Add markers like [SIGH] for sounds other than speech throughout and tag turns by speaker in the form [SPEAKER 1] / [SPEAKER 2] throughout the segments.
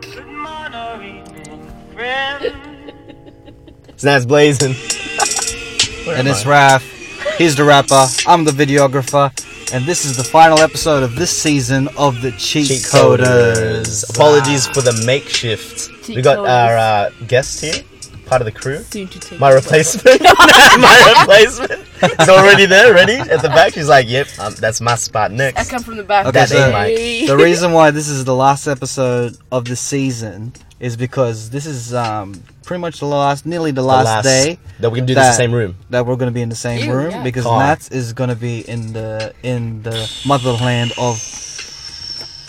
[SPEAKER 1] Good morning, evening, friend.
[SPEAKER 2] Snaps blazing.
[SPEAKER 3] and it's Raph. He's the rapper. I'm the videographer. And this is the final episode of this season of the Cheat,
[SPEAKER 2] Cheat
[SPEAKER 3] Coders.
[SPEAKER 2] coders. Apologies for the makeshift.
[SPEAKER 4] Cheat
[SPEAKER 2] we got
[SPEAKER 4] coders.
[SPEAKER 2] our uh, guest here, part of the crew.
[SPEAKER 4] Soon to take
[SPEAKER 2] My
[SPEAKER 4] over.
[SPEAKER 2] replacement. [LAUGHS] my replacement. It's already there, ready at the back. She's like, "Yep, um, that's my spot
[SPEAKER 4] I
[SPEAKER 2] next."
[SPEAKER 4] come from the back.
[SPEAKER 3] Okay, That so- ain't
[SPEAKER 2] Mike.
[SPEAKER 3] the reason why this is the last episode of the season is because this is um, pretty much the last, nearly the
[SPEAKER 2] The
[SPEAKER 3] last, day
[SPEAKER 2] that we can do this in the
[SPEAKER 3] that-
[SPEAKER 2] same room.
[SPEAKER 3] that we're going to be in the same
[SPEAKER 4] Ew,
[SPEAKER 3] room
[SPEAKER 4] yeah.
[SPEAKER 3] because
[SPEAKER 2] Car.
[SPEAKER 3] Nats is going to be in the in the motherland of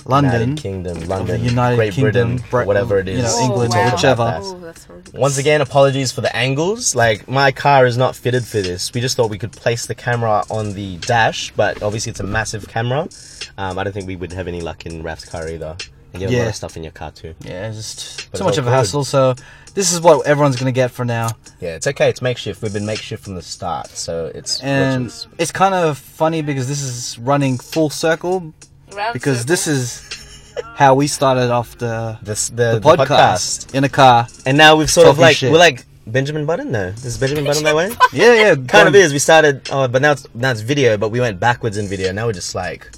[SPEAKER 3] London.
[SPEAKER 2] United Kingdom,
[SPEAKER 3] the
[SPEAKER 2] London,
[SPEAKER 3] United
[SPEAKER 2] Great
[SPEAKER 3] Kingdom,
[SPEAKER 2] Britain,
[SPEAKER 3] Brit-
[SPEAKER 2] whatever it is.
[SPEAKER 3] you know, England,
[SPEAKER 2] We'll talk about
[SPEAKER 3] whichever.
[SPEAKER 2] that.
[SPEAKER 4] Oh, that's horrible.
[SPEAKER 2] Once again, apologies for the angles. Like, my car is not fitted for this. We just thought we could place the camera on the dash, but obviously it's a massive camera. Um, I don't think we would have any luck in Raf's car either. And you have a lot
[SPEAKER 3] Yeah.
[SPEAKER 2] of stuff in your car too.
[SPEAKER 3] Yeah, it's just
[SPEAKER 2] But
[SPEAKER 3] too
[SPEAKER 2] it's
[SPEAKER 3] much
[SPEAKER 2] all
[SPEAKER 3] of a
[SPEAKER 2] good.
[SPEAKER 3] hassle. So this is what everyone's going to get for now.
[SPEAKER 2] Yeah, it's okay. It's makeshift. We've been makeshift from the start, so it's.
[SPEAKER 3] and
[SPEAKER 2] glitches.
[SPEAKER 3] it's kind of funny because this is running full circle
[SPEAKER 4] Round
[SPEAKER 3] because
[SPEAKER 4] circle.
[SPEAKER 3] this is how we started off the
[SPEAKER 2] this, the,
[SPEAKER 3] the,
[SPEAKER 2] the
[SPEAKER 3] podcast,
[SPEAKER 2] podcast.
[SPEAKER 3] in a car.
[SPEAKER 2] And now we've sort of
[SPEAKER 3] Talking
[SPEAKER 2] like.
[SPEAKER 3] shit.
[SPEAKER 2] We're like Benjamin Button, though. Is Benjamin Button that way?
[SPEAKER 3] Yeah, yeah,
[SPEAKER 2] [LAUGHS] kind of
[SPEAKER 3] going-
[SPEAKER 2] is. We started, oh, but now it's now it's video. But we went backwards in video. Now we're just like,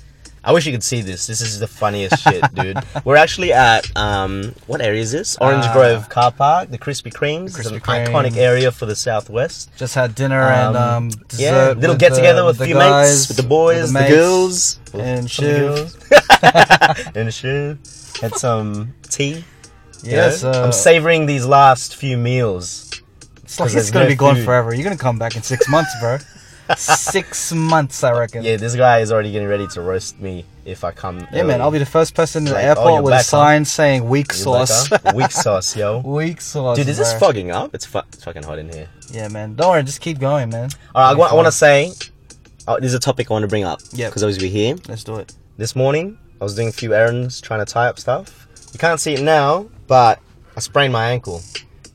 [SPEAKER 2] I wish you could see this. This is the
[SPEAKER 3] [LAUGHS]
[SPEAKER 2] funniest shit, dude. We're actually at um, what area is this? Orange
[SPEAKER 3] Uh,
[SPEAKER 2] Grove Car Park, the Krispy Kremes,
[SPEAKER 3] The
[SPEAKER 2] It's an
[SPEAKER 3] Krispy Kreme.
[SPEAKER 2] iconic area for the Southwest.
[SPEAKER 3] Just had dinner and
[SPEAKER 2] Um,
[SPEAKER 3] um,
[SPEAKER 2] yeah,
[SPEAKER 3] dessert
[SPEAKER 2] little
[SPEAKER 3] with
[SPEAKER 2] get together
[SPEAKER 3] the-
[SPEAKER 2] with a
[SPEAKER 3] the
[SPEAKER 2] few
[SPEAKER 3] guys,
[SPEAKER 2] mates, with the boys, the,
[SPEAKER 3] mates.
[SPEAKER 2] girls,
[SPEAKER 3] and
[SPEAKER 2] some of the
[SPEAKER 3] Shiv. [LAUGHS]
[SPEAKER 2] girls. [LAUGHS] and Shiv. Had some tea. you
[SPEAKER 3] Yeah,
[SPEAKER 2] know?
[SPEAKER 3] so
[SPEAKER 2] I'm savoring these last few meals.
[SPEAKER 3] it's, like
[SPEAKER 2] 'cause
[SPEAKER 3] it's
[SPEAKER 2] there's
[SPEAKER 3] gonna
[SPEAKER 2] no
[SPEAKER 3] be gone
[SPEAKER 2] food.
[SPEAKER 3] forever. You're gonna come back in
[SPEAKER 2] [LAUGHS]
[SPEAKER 3] six months, bro. six months, I reckon.
[SPEAKER 2] Yeah, this guy is already getting ready to roast me if I come.
[SPEAKER 3] Yeah, man,
[SPEAKER 2] early.
[SPEAKER 3] I'll be the first person in the
[SPEAKER 2] Like, oh,
[SPEAKER 3] airport
[SPEAKER 2] you're
[SPEAKER 3] with a
[SPEAKER 2] back, huh?
[SPEAKER 3] sign saying "weak
[SPEAKER 2] You
[SPEAKER 3] sauce."
[SPEAKER 2] like, huh? Weak sauce, yo.
[SPEAKER 3] [LAUGHS] weak sauce,
[SPEAKER 2] Dude, is this
[SPEAKER 3] bro.
[SPEAKER 2] fogging up? It's, fu- it's fucking hot in here.
[SPEAKER 3] Yeah, man. Don't worry, just keep going, man.
[SPEAKER 2] All right, I,
[SPEAKER 3] Weak
[SPEAKER 2] want to
[SPEAKER 3] sauce.
[SPEAKER 2] say oh, there's a topic I want to bring up.
[SPEAKER 3] Yep.
[SPEAKER 2] Because I was here
[SPEAKER 3] Let's do it.
[SPEAKER 2] this morning. I was doing a few errands, trying to tie up stuff. You can't see it now, but I sprained my ankle,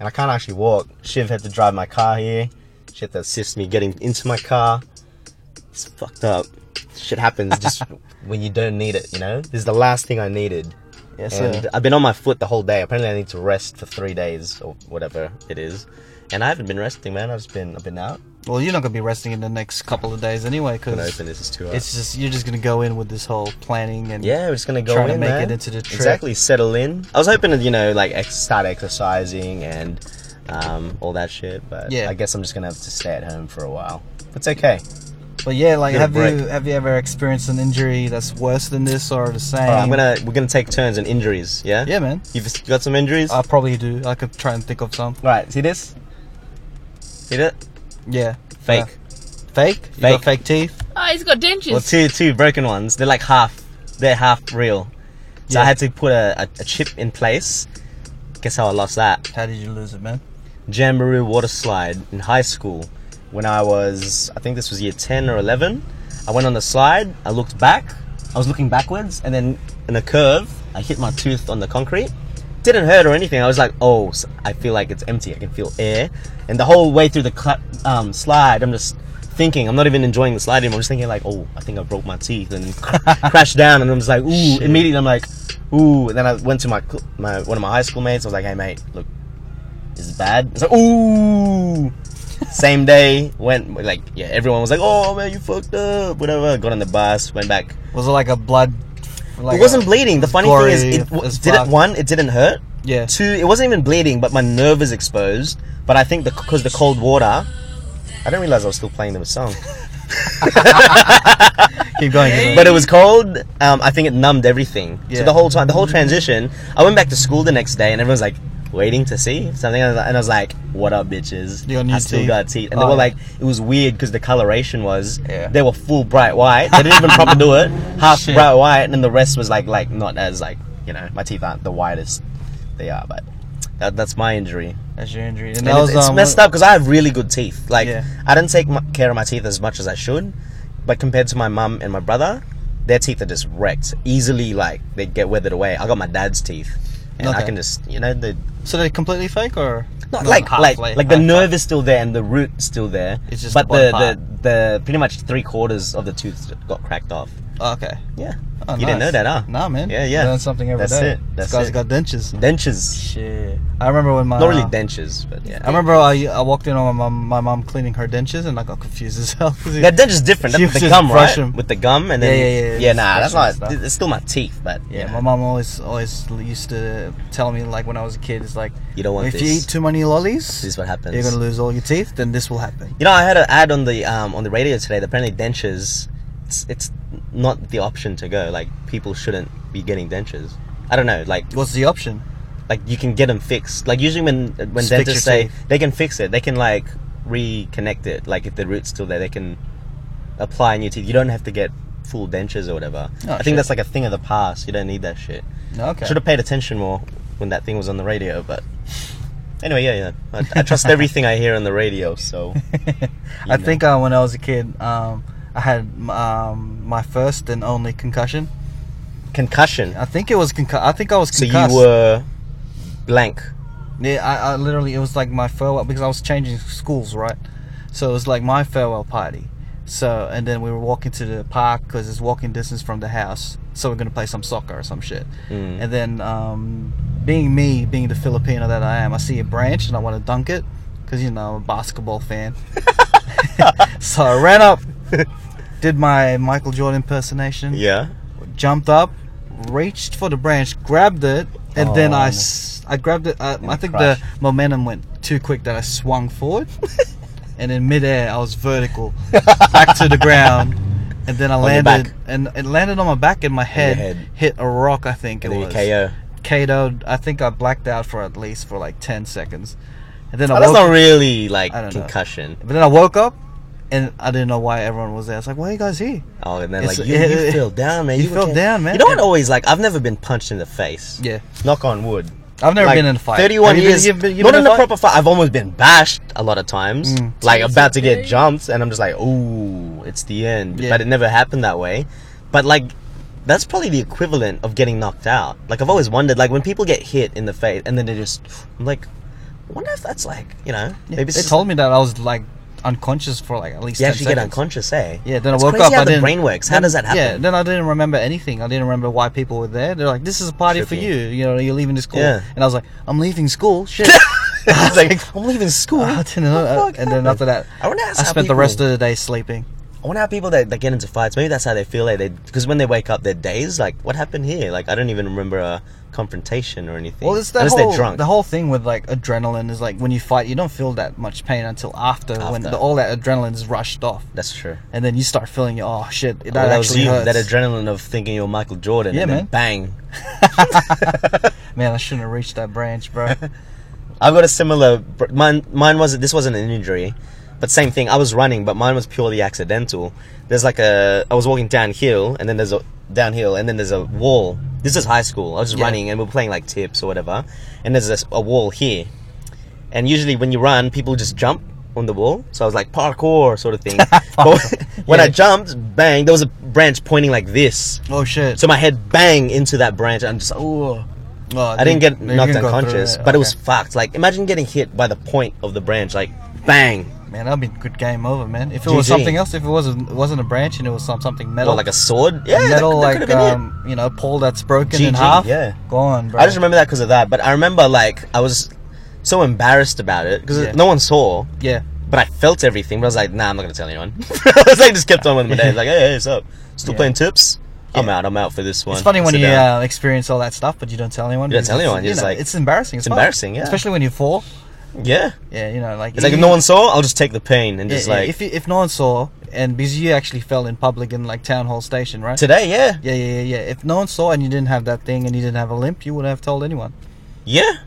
[SPEAKER 2] and I can't actually walk. Shiv had to drive my car here. She had to assist me getting into my car. It's fucked up. Shit happens
[SPEAKER 3] [LAUGHS]
[SPEAKER 2] just when you don't need it. You know, this is the last thing I needed.
[SPEAKER 3] Yes,
[SPEAKER 2] And
[SPEAKER 3] sir.
[SPEAKER 2] I've been on my foot the whole day. Apparently, I need to rest for three days or whatever it is. And I haven't been resting, man. I've just been, I've been out.
[SPEAKER 3] Well, you're not gonna be resting in the next couple of days anyway,
[SPEAKER 2] I'm gonna
[SPEAKER 3] because
[SPEAKER 2] open this. It's too hot.
[SPEAKER 3] it's just you're just gonna go in with this whole planning and
[SPEAKER 2] yeah, we're just gonna go
[SPEAKER 3] Trying
[SPEAKER 2] in,
[SPEAKER 3] to make
[SPEAKER 2] man.
[SPEAKER 3] it into the trip.
[SPEAKER 2] Exactly, settle in. I was hoping to, you know, like ex- start exercising and um, all that shit. But
[SPEAKER 3] Yeah.
[SPEAKER 2] I guess I'm just gonna have to stay at home for a while. It's okay.
[SPEAKER 3] But yeah, like
[SPEAKER 2] Bit of
[SPEAKER 3] have
[SPEAKER 2] break.
[SPEAKER 3] you have you ever experienced an injury that's worse than this or the same?
[SPEAKER 2] All right, I'm gonna, we're gonna take turns in injuries. Yeah.
[SPEAKER 3] Yeah, man. Uh,
[SPEAKER 2] You've got some injuries.
[SPEAKER 3] I probably do. I could try and think of some.
[SPEAKER 2] All right. See this? See that?
[SPEAKER 3] Yeah.
[SPEAKER 2] Fake.
[SPEAKER 3] Fake? You
[SPEAKER 2] Fake.
[SPEAKER 3] got fake teeth?
[SPEAKER 4] Oh, he's got dentures.
[SPEAKER 2] Well, two two broken ones. They're like half. They're half real. So I
[SPEAKER 3] Yeah.
[SPEAKER 2] had to put a, a, a chip in place. Guess how I lost that?
[SPEAKER 3] How did you lose it, man?
[SPEAKER 2] Jamboree water slide in high school. When I was, I think this was year ten or eleven. I went on the slide. I looked back. I was looking backwards, and then in a curve, I hit my tooth on the concrete. Didn't hurt or anything. I was like, oh, s- I feel like it's empty. I can feel air. And the whole way through the cla um, slide, I'm just thinking. I'm not even enjoying the slide anymore. I'm just thinking like, oh, I think I broke my teeth and cr- crashed down. And I'm just like, ooh. Immediately, I'm like, ooh. And then I went to my cl- my one of my high school mates. I was like, hey mate, look, this is bad. It's like, ooh. Same day, went like yeah. Everyone was like, "Oh man, you fucked up." Whatever. Got on the bus, went back.
[SPEAKER 3] Was it like a blood like
[SPEAKER 2] it wasn't
[SPEAKER 3] a-
[SPEAKER 2] bleeding. The funny
[SPEAKER 3] Oh, gory
[SPEAKER 2] thing is, it w-
[SPEAKER 3] as
[SPEAKER 2] did
[SPEAKER 3] fuck?
[SPEAKER 2] it one. It didn't hurt.
[SPEAKER 3] Yeah.
[SPEAKER 2] Two, it wasn't even bleeding, but my nerve is exposed. But I think because the cold water, I didn't realize I was still playing the song.
[SPEAKER 3] Keep going. keep
[SPEAKER 2] But it was cold. Um, I think it numbed everything.
[SPEAKER 3] Yeah.
[SPEAKER 2] So the whole time, the whole transition, I went back to school the next day, and everyone's like waiting to see if something, and I was like, "What up, bitches?
[SPEAKER 3] You got new
[SPEAKER 2] I still
[SPEAKER 3] teeth."
[SPEAKER 2] got teeth." And
[SPEAKER 3] Oh,
[SPEAKER 2] they were
[SPEAKER 3] yeah.
[SPEAKER 2] like, "It was weird because the coloration was
[SPEAKER 3] Yeah.
[SPEAKER 2] they were full bright white. They
[SPEAKER 3] [LAUGHS]
[SPEAKER 2] didn't even proper do it. Half
[SPEAKER 3] Shit.
[SPEAKER 2] bright white, and then the rest was like like not as like you know my teeth aren't the whitest they are, but." That, that's my injury.
[SPEAKER 3] going. That's your injury. And
[SPEAKER 2] And
[SPEAKER 3] that was
[SPEAKER 2] it's, it's
[SPEAKER 3] um,
[SPEAKER 2] messed up because I have really good teeth. Like
[SPEAKER 3] Yeah.
[SPEAKER 2] I didn't take m care of my teeth as much as I should, but compared to my mum and my brother, their teeth are just wrecked. Easily, like they get weathered away. I got my dad's teeth, and I
[SPEAKER 3] Okay.
[SPEAKER 2] can just you know the
[SPEAKER 3] So they're completely fake or
[SPEAKER 2] not
[SPEAKER 3] No,
[SPEAKER 2] like like
[SPEAKER 3] halfway,
[SPEAKER 2] like the
[SPEAKER 3] halfway.
[SPEAKER 2] nerve is still there and the root is still there.
[SPEAKER 3] It's just
[SPEAKER 2] but
[SPEAKER 3] one
[SPEAKER 2] the,
[SPEAKER 3] part.
[SPEAKER 2] the the pretty much three quarters of the tooth got cracked off.
[SPEAKER 3] Oh, okay.
[SPEAKER 2] Yeah.
[SPEAKER 3] Oh,
[SPEAKER 2] you didn't know that,
[SPEAKER 3] nice.
[SPEAKER 2] huh?
[SPEAKER 3] Nah, man.
[SPEAKER 2] Yeah, yeah.
[SPEAKER 3] Learn something every day.
[SPEAKER 2] That's it. That's
[SPEAKER 3] this guy's
[SPEAKER 2] it.
[SPEAKER 3] got dentures.
[SPEAKER 2] Dentures.
[SPEAKER 3] Shit. I remember when my
[SPEAKER 2] Not really
[SPEAKER 3] uh,
[SPEAKER 2] dentures, but yeah.
[SPEAKER 3] I remember I, I walked in on my mum, my mum cleaning her dentures, and I got confused as [LAUGHS] hell. 'cause it-
[SPEAKER 2] That dentures is different.
[SPEAKER 3] You
[SPEAKER 2] That's with the
[SPEAKER 3] just
[SPEAKER 2] gum,
[SPEAKER 3] brush
[SPEAKER 2] right?
[SPEAKER 3] 'em.
[SPEAKER 2] With the gum and
[SPEAKER 3] Yeah,
[SPEAKER 2] then
[SPEAKER 3] yeah, yeah, yeah.
[SPEAKER 2] nah,
[SPEAKER 3] Just brush
[SPEAKER 2] that's
[SPEAKER 3] 'em
[SPEAKER 2] not.
[SPEAKER 3] and stuff.
[SPEAKER 2] It's still my teeth, but
[SPEAKER 3] yeah, my mum always always used to tell me like when I was a kid, it's like
[SPEAKER 2] You don't want
[SPEAKER 3] if you
[SPEAKER 2] this.
[SPEAKER 3] eat too many lollies,
[SPEAKER 2] This is what happens.
[SPEAKER 3] you're gonna lose all your teeth. Then this will happen.
[SPEAKER 2] You know, I had an ad on the um, on the radio today. That apparently, dentures, it's, it's not the option to go. Like people shouldn't be getting dentures. I don't know. Like
[SPEAKER 3] What's the option?
[SPEAKER 2] like you can get them fixed. Like usually when when
[SPEAKER 3] Just fix your
[SPEAKER 2] dentists say
[SPEAKER 3] teeth.
[SPEAKER 2] they can fix it, they can like reconnect it. Like if the root's still there, they can apply new teeth. You don't have to get full dentures or whatever.
[SPEAKER 3] Oh,
[SPEAKER 2] I think
[SPEAKER 3] shit.
[SPEAKER 2] that's like a thing of the past. You don't need that shit.
[SPEAKER 3] No, okay.
[SPEAKER 2] Should have paid attention more when that thing was on the radio, but. Anyway, yeah, yeah. I, I trust everything I hear on the radio,
[SPEAKER 3] [LAUGHS]
[SPEAKER 2] so.
[SPEAKER 3] I
[SPEAKER 2] know.
[SPEAKER 3] think uh, when I was a kid, um, I had um, my first and only concussion.
[SPEAKER 2] Concussion.
[SPEAKER 3] I think it was concu- I think I was
[SPEAKER 2] So
[SPEAKER 3] concussed.
[SPEAKER 2] you were blank.
[SPEAKER 3] Yeah, I, I literally it was like my farewell because I was changing schools, right? So it was like my farewell party. So and then we were walking to the park because it's walking distance from the house. So we're gonna play some soccer or some shit.
[SPEAKER 2] Mm.
[SPEAKER 3] And then um, being me, being the Filipino that I am, I see a branch and I want to dunk it because you know I'm a basketball fan. [LAUGHS] so I ran up, did my Michael Jordan impersonation
[SPEAKER 2] Yeah.
[SPEAKER 3] jumped up, reached for the branch, grabbed it, and then I,
[SPEAKER 2] Oh.
[SPEAKER 3] s- I grabbed it. uh, I, I
[SPEAKER 2] it
[SPEAKER 3] think the
[SPEAKER 2] crashed.
[SPEAKER 3] momentum went too quick that I
[SPEAKER 2] [LAUGHS]
[SPEAKER 3] swung forward, and in midair I was vertical back to the ground, and then I
[SPEAKER 2] your
[SPEAKER 3] landed
[SPEAKER 2] back.
[SPEAKER 3] and it landed on my back and my head,
[SPEAKER 2] head.
[SPEAKER 3] hit a rock. I think
[SPEAKER 2] And then
[SPEAKER 3] it
[SPEAKER 2] you
[SPEAKER 3] was
[SPEAKER 2] KO.
[SPEAKER 3] KO'd. I think I blacked out for at least for like ten seconds, and then
[SPEAKER 2] Oh,
[SPEAKER 3] I woke.
[SPEAKER 2] that's not really like
[SPEAKER 3] I don't know.
[SPEAKER 2] concussion.
[SPEAKER 3] but then I woke up. And I didn't know why everyone was there. I was like, "Why are you guys here?"
[SPEAKER 2] Oh, and then
[SPEAKER 3] It's-
[SPEAKER 2] like yeah,
[SPEAKER 3] yeah,
[SPEAKER 2] you
[SPEAKER 3] [LAUGHS] yeah.
[SPEAKER 2] fell down, man.
[SPEAKER 3] You
[SPEAKER 2] were
[SPEAKER 3] fell
[SPEAKER 2] ca-
[SPEAKER 3] down, man.
[SPEAKER 2] You know what? Always like I've never been punched in the face.
[SPEAKER 3] Yeah,
[SPEAKER 2] Knock on wood.
[SPEAKER 3] I've never
[SPEAKER 2] Like,
[SPEAKER 3] been in a fight.
[SPEAKER 2] Thirty-one
[SPEAKER 3] Have you been-
[SPEAKER 2] years.
[SPEAKER 3] you've been- you've
[SPEAKER 2] not in
[SPEAKER 3] been in a
[SPEAKER 2] a
[SPEAKER 3] fight?
[SPEAKER 2] proper fight. I've almost been bashed a lot of times.
[SPEAKER 3] Mm.
[SPEAKER 2] Like
[SPEAKER 4] Jesus,
[SPEAKER 2] about to get
[SPEAKER 4] really?
[SPEAKER 2] jumped, and I'm just like, oh, it's the end.
[SPEAKER 3] Yeah.
[SPEAKER 2] But it never happened that way. But like. That's probably the equivalent of getting knocked out. Like I've always wondered, like when people get hit in the face and then they just, I'm like, I wonder if that's like, you know, maybe it's
[SPEAKER 3] they
[SPEAKER 2] just-
[SPEAKER 3] told me that I was like unconscious for like at least.
[SPEAKER 2] You
[SPEAKER 3] 10
[SPEAKER 2] actually get
[SPEAKER 3] seconds.
[SPEAKER 2] unconscious, eh?
[SPEAKER 3] Yeah, then
[SPEAKER 2] It's
[SPEAKER 3] I woke
[SPEAKER 2] crazy
[SPEAKER 3] up.
[SPEAKER 2] How
[SPEAKER 3] I
[SPEAKER 2] the
[SPEAKER 3] didn't,
[SPEAKER 2] brain works. How
[SPEAKER 3] then-
[SPEAKER 2] does that happen?
[SPEAKER 3] Yeah, then I didn't remember anything. I didn't remember why people were there. They're like, "This is a party for
[SPEAKER 2] Trippy.
[SPEAKER 3] you." You know, you're leaving the school,
[SPEAKER 2] Yeah.
[SPEAKER 3] and I was like, "I'm leaving
[SPEAKER 2] [LAUGHS]
[SPEAKER 3] school." Shit.
[SPEAKER 2] [LAUGHS]
[SPEAKER 3] [LAUGHS]
[SPEAKER 2] It's like, I'm leaving school.
[SPEAKER 3] I didn't know.
[SPEAKER 2] The fuck
[SPEAKER 3] and
[SPEAKER 2] happened?
[SPEAKER 3] then after that,
[SPEAKER 2] I wonder
[SPEAKER 3] Oh, I
[SPEAKER 2] that's how
[SPEAKER 3] spent the rest
[SPEAKER 2] people-
[SPEAKER 3] of the day sleeping.
[SPEAKER 2] I wonder how people that, that get into fights. Maybe that's how they feel. Like they because when they wake up, they're dazed. Like, what happened here? Like, I don't even remember a confrontation or anything.
[SPEAKER 3] Well, it's the
[SPEAKER 2] Unless
[SPEAKER 3] whole
[SPEAKER 2] they're drunk.
[SPEAKER 3] the whole thing with like adrenaline is like when you fight, you don't feel that much pain until after, when
[SPEAKER 2] After.
[SPEAKER 3] the, all that adrenaline is rushed off,
[SPEAKER 2] that's true.
[SPEAKER 3] and then you start feeling, "Oh shit, that
[SPEAKER 2] Well, that was
[SPEAKER 3] actually
[SPEAKER 2] you.
[SPEAKER 3] hurts."
[SPEAKER 2] That adrenaline of thinking you're Michael Jordan.
[SPEAKER 3] Yeah,
[SPEAKER 2] and Then
[SPEAKER 3] man.
[SPEAKER 2] bang.
[SPEAKER 3] Man, I shouldn't have reached that branch,
[SPEAKER 2] [LAUGHS]
[SPEAKER 3] bro.
[SPEAKER 2] I've got a similar. br- Mine, mine wasn't. This wasn't an injury, but same thing. I was running, but mine was purely accidental. There's like a. I was walking downhill, and then there's a downhill, and then there's a wall. This is high school. I was just
[SPEAKER 3] Yeah.
[SPEAKER 2] running, and we we're playing like tips or whatever. And there's this, a wall here, and usually when you run, people just jump on the wall. So I was like parkour sort of
[SPEAKER 3] [LAUGHS]
[SPEAKER 2] thing. but when I
[SPEAKER 3] Yeah.
[SPEAKER 2] jumped, bang! There was a branch pointing like this.
[SPEAKER 3] oh shit.
[SPEAKER 2] So my head bang into that branch, and I'm just oh.
[SPEAKER 3] Oh,
[SPEAKER 2] I didn't get
[SPEAKER 3] you can
[SPEAKER 2] knocked
[SPEAKER 3] go through
[SPEAKER 2] unconscious,
[SPEAKER 3] that.
[SPEAKER 2] but it was
[SPEAKER 3] Okay.
[SPEAKER 2] fucked. Like, imagine getting hit by the point of the branch, like, bang,
[SPEAKER 3] Man, that'd be good game over, man. If it was
[SPEAKER 2] GG.
[SPEAKER 3] something else, if it wasn't it wasn't a branch and it was some something metal,
[SPEAKER 2] or like a sword. Yeah, that,
[SPEAKER 3] metal,
[SPEAKER 2] that could
[SPEAKER 3] like
[SPEAKER 2] have been it.
[SPEAKER 3] um, you know, pole that's broken in
[SPEAKER 2] GG,
[SPEAKER 3] half.
[SPEAKER 2] yeah.
[SPEAKER 3] gone, bro.
[SPEAKER 2] I just remember that because of that. But I remember like I was so embarrassed about it because
[SPEAKER 3] Yeah.
[SPEAKER 2] no one saw,
[SPEAKER 3] Yeah,
[SPEAKER 2] but I felt everything. But I was like, nah, I'm not gonna tell anyone. [LAUGHS] I was like, just kept on with my day. Like, hey, hey, what's up? Still
[SPEAKER 3] Yeah.
[SPEAKER 2] playing tips? I'm out. I'm out for this one.
[SPEAKER 3] it's funny when
[SPEAKER 2] Sit
[SPEAKER 3] you
[SPEAKER 2] down.
[SPEAKER 3] uh, experience all that stuff, but you don't tell anyone.
[SPEAKER 2] You don't tell
[SPEAKER 3] because
[SPEAKER 2] anyone,
[SPEAKER 3] You
[SPEAKER 2] you're just
[SPEAKER 3] know,
[SPEAKER 2] like-
[SPEAKER 3] it's embarrassing. It's
[SPEAKER 2] embarrassing, yeah.
[SPEAKER 3] Especially when you fall.
[SPEAKER 2] yeah.
[SPEAKER 3] Yeah, you know, like
[SPEAKER 2] It's like if no one saw, I'll just take the pain and
[SPEAKER 3] Yeah,
[SPEAKER 2] just
[SPEAKER 3] yeah,
[SPEAKER 2] like
[SPEAKER 3] if you, if no one saw, and because you actually fell in public in like town hall station, right?
[SPEAKER 2] today, yeah,
[SPEAKER 3] yeah, yeah, yeah, yeah. If no one saw and you didn't have that thing and you didn't have a limp, you wouldn't have told anyone.
[SPEAKER 2] yeah,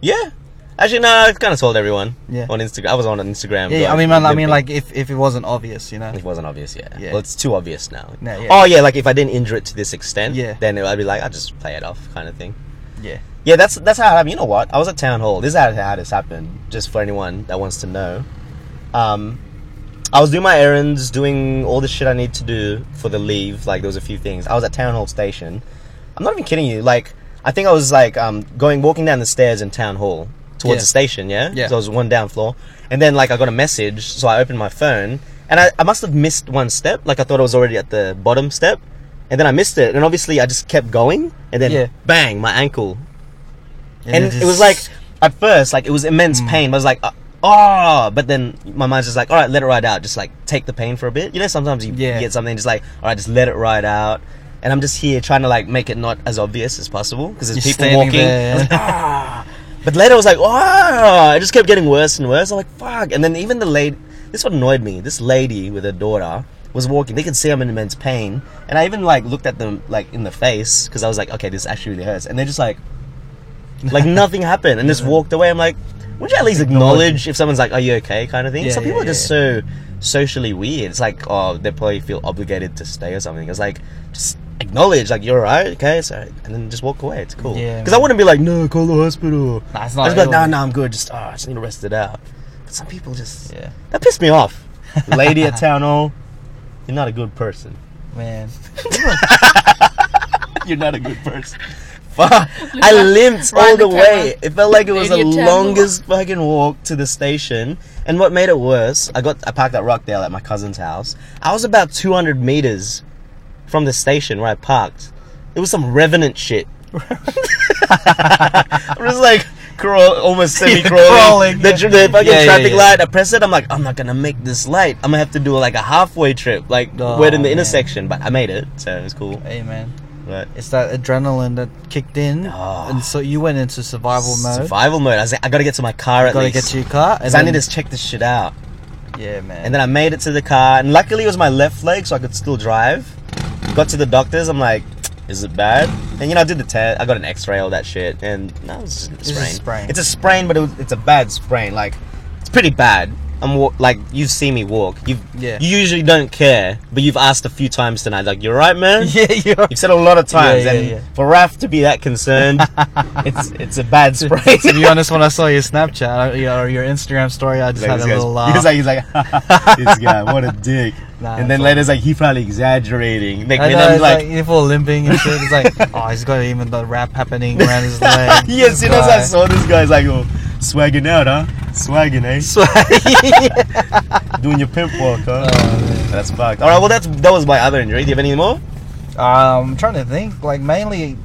[SPEAKER 2] yeah. Actually, no, I kind of told everyone
[SPEAKER 3] Yeah.
[SPEAKER 2] on Instagram. I was on Instagram.
[SPEAKER 3] Yeah,
[SPEAKER 2] like,
[SPEAKER 3] yeah I mean, man, I mean,
[SPEAKER 2] limping.
[SPEAKER 3] like if, if it wasn't obvious, you know.
[SPEAKER 2] It wasn't obvious yet.
[SPEAKER 3] Yeah.
[SPEAKER 2] Well, it's too obvious now.
[SPEAKER 3] No, yeah.
[SPEAKER 2] Oh yeah, like if I didn't injure it to this extent,
[SPEAKER 3] Yeah.
[SPEAKER 2] then I'd be like, I'll just play it off, kind of thing.
[SPEAKER 3] Yeah.
[SPEAKER 2] Yeah, that's that's how it happened. You know what? I was at town hall. This is how, how this happened. Just for anyone that wants to know, um, I was doing my errands, doing all the shit I need to do for the leave. Like there was a few things. I was at town hall station. I'm not even kidding you. Like I think I was like um, going walking down the stairs in town hall towards
[SPEAKER 3] Yeah.
[SPEAKER 2] the station. Yeah.
[SPEAKER 3] Yeah.
[SPEAKER 2] So I was one down floor, and then like I got a message. So I opened my phone, and I, I must have missed one step. Like I thought I was already at the bottom step. and then I missed it, and obviously I just kept going, and then
[SPEAKER 3] Yeah.
[SPEAKER 2] bang, my ankle,
[SPEAKER 3] And,
[SPEAKER 2] and
[SPEAKER 3] just- Mm.
[SPEAKER 2] it was like at first like it was immense pain, but I was like. Uh, Oh, but then my mind's just like, all right, let it ride out. Just like take the pain for a bit. You know, sometimes you
[SPEAKER 3] Yeah.
[SPEAKER 2] get something just like, all right, just let it ride out. And I'm just here trying to like make it not as obvious as possible because there's
[SPEAKER 3] You're
[SPEAKER 2] people
[SPEAKER 3] standing
[SPEAKER 2] walking. I
[SPEAKER 3] there.
[SPEAKER 2] was like, ah. But later it was like, oh, it just kept getting worse and worse. I'm like, fuck. And then even the lady, this is what annoyed me. This lady with her daughter was walking. They could see I'm in immense pain. And I even like looked at them like in the face because I was like, okay, this actually really hurts. And they're just like, like nothing happened and just walked away. I'm like, would you at least acknowledge if someone's like, are you okay kind of thing?
[SPEAKER 3] Yeah,
[SPEAKER 2] Some people
[SPEAKER 3] yeah,
[SPEAKER 2] are just so socially weird. It's like, oh, they probably feel obligated to stay or something. It's like, just acknowledge, like, you're alright, okay, it's alright. And then just walk away. It's cool.
[SPEAKER 3] Yeah,
[SPEAKER 2] Because I
[SPEAKER 3] man.
[SPEAKER 2] wouldn't be like, no, call the hospital.
[SPEAKER 3] Nah,
[SPEAKER 2] I was
[SPEAKER 3] it's not
[SPEAKER 2] like,
[SPEAKER 3] real.
[SPEAKER 2] no, no, I'm good. Just, oh, I just need to rest it out. But some people just,
[SPEAKER 3] Yeah.
[SPEAKER 2] that pissed me
[SPEAKER 3] [LAUGHS]
[SPEAKER 2] off. Lady at town hall, you're not a good person.
[SPEAKER 3] man.
[SPEAKER 2] You're not a good person. Fuck. [LAUGHS]
[SPEAKER 3] [LAUGHS]
[SPEAKER 2] I limped
[SPEAKER 4] Right
[SPEAKER 2] all
[SPEAKER 4] in the
[SPEAKER 2] the way. It felt like it was the
[SPEAKER 4] Lady Attendant.
[SPEAKER 2] longest fucking walk to the station. And what made it worse, I got I parked at Rockdale at my cousin's house. I was about 200 meters from the station where I parked. It was some revenant shit. [LAUGHS] I'm just like crawl,
[SPEAKER 3] [LAUGHS]
[SPEAKER 2] almost semi crawling.
[SPEAKER 3] crawling,
[SPEAKER 2] The, tr- the fucking
[SPEAKER 3] Yeah, yeah,
[SPEAKER 2] traffic
[SPEAKER 3] yeah.
[SPEAKER 2] light. I press it. I'm like, I'm not gonna make this light. I'm gonna have to do like a halfway trip, like
[SPEAKER 3] Oh,
[SPEAKER 2] we're in the
[SPEAKER 3] man.
[SPEAKER 2] intersection. But I made it, so it was cool.
[SPEAKER 3] Hey, man.
[SPEAKER 2] But
[SPEAKER 3] It's that adrenaline that kicked in,
[SPEAKER 2] Ah.
[SPEAKER 3] and so you went into survival mode.
[SPEAKER 2] Survival mode. I was like, I gotta get to my car at
[SPEAKER 3] Gotta
[SPEAKER 2] least.
[SPEAKER 3] get to your car, and
[SPEAKER 2] Because I need to check this shit out.
[SPEAKER 3] [LAUGHS] Yeah,
[SPEAKER 2] [LAUGHS]
[SPEAKER 3] man.
[SPEAKER 2] And then I made it to the car, and luckily it was my left leg, so I could still drive. Got to the doctors, I'm like, is it bad? And you know, I did the test, I got an x ray, all that shit, and no, it's just a
[SPEAKER 3] It's a
[SPEAKER 2] sprain.
[SPEAKER 3] sprain.
[SPEAKER 2] It's a sprain, but it was, it's a bad sprain. Like, it's pretty bad. I'm wa- like, you've seen me walk. You've,
[SPEAKER 3] Yeah.
[SPEAKER 2] You usually don't care, but you've asked a few times tonight, like, you're right, man?
[SPEAKER 3] yeah, you're.
[SPEAKER 2] You've said it a lot of times,
[SPEAKER 3] Yeah, yeah,
[SPEAKER 2] and
[SPEAKER 3] yeah.
[SPEAKER 2] for Raf to be that concerned,
[SPEAKER 3] [LAUGHS]
[SPEAKER 2] it's it's a bad sprain.
[SPEAKER 3] to be honest, when I saw your Snapchat or your, or your Instagram story, I just
[SPEAKER 2] Like,
[SPEAKER 3] had
[SPEAKER 2] this
[SPEAKER 3] a
[SPEAKER 2] guy's-
[SPEAKER 3] little
[SPEAKER 2] [LAUGHS]
[SPEAKER 3] laugh.
[SPEAKER 2] He's like, he's like, [LAUGHS] this guy, what a dick.
[SPEAKER 3] Nah,
[SPEAKER 2] and then
[SPEAKER 3] it's
[SPEAKER 2] later it's like, he probably exaggerating. Like,
[SPEAKER 3] I
[SPEAKER 2] then
[SPEAKER 3] know,
[SPEAKER 2] I'm
[SPEAKER 3] it's like,
[SPEAKER 2] like, [LAUGHS]
[SPEAKER 3] people limping and shit. It's like, [LAUGHS] oh, he's got even the rap happening around
[SPEAKER 2] [LAUGHS]
[SPEAKER 3] his leg.
[SPEAKER 2] yeah, as
[SPEAKER 3] This
[SPEAKER 2] soon as I
[SPEAKER 3] guy.
[SPEAKER 2] saw this guy, it's like, oh, swagging out, huh? Swagging, eh? [LAUGHS] Doing your pimp walk, huh? that's fucked. All right, well, that's that was my other injury. Do you have any more?
[SPEAKER 3] Um, I'm trying to think. Like mainly,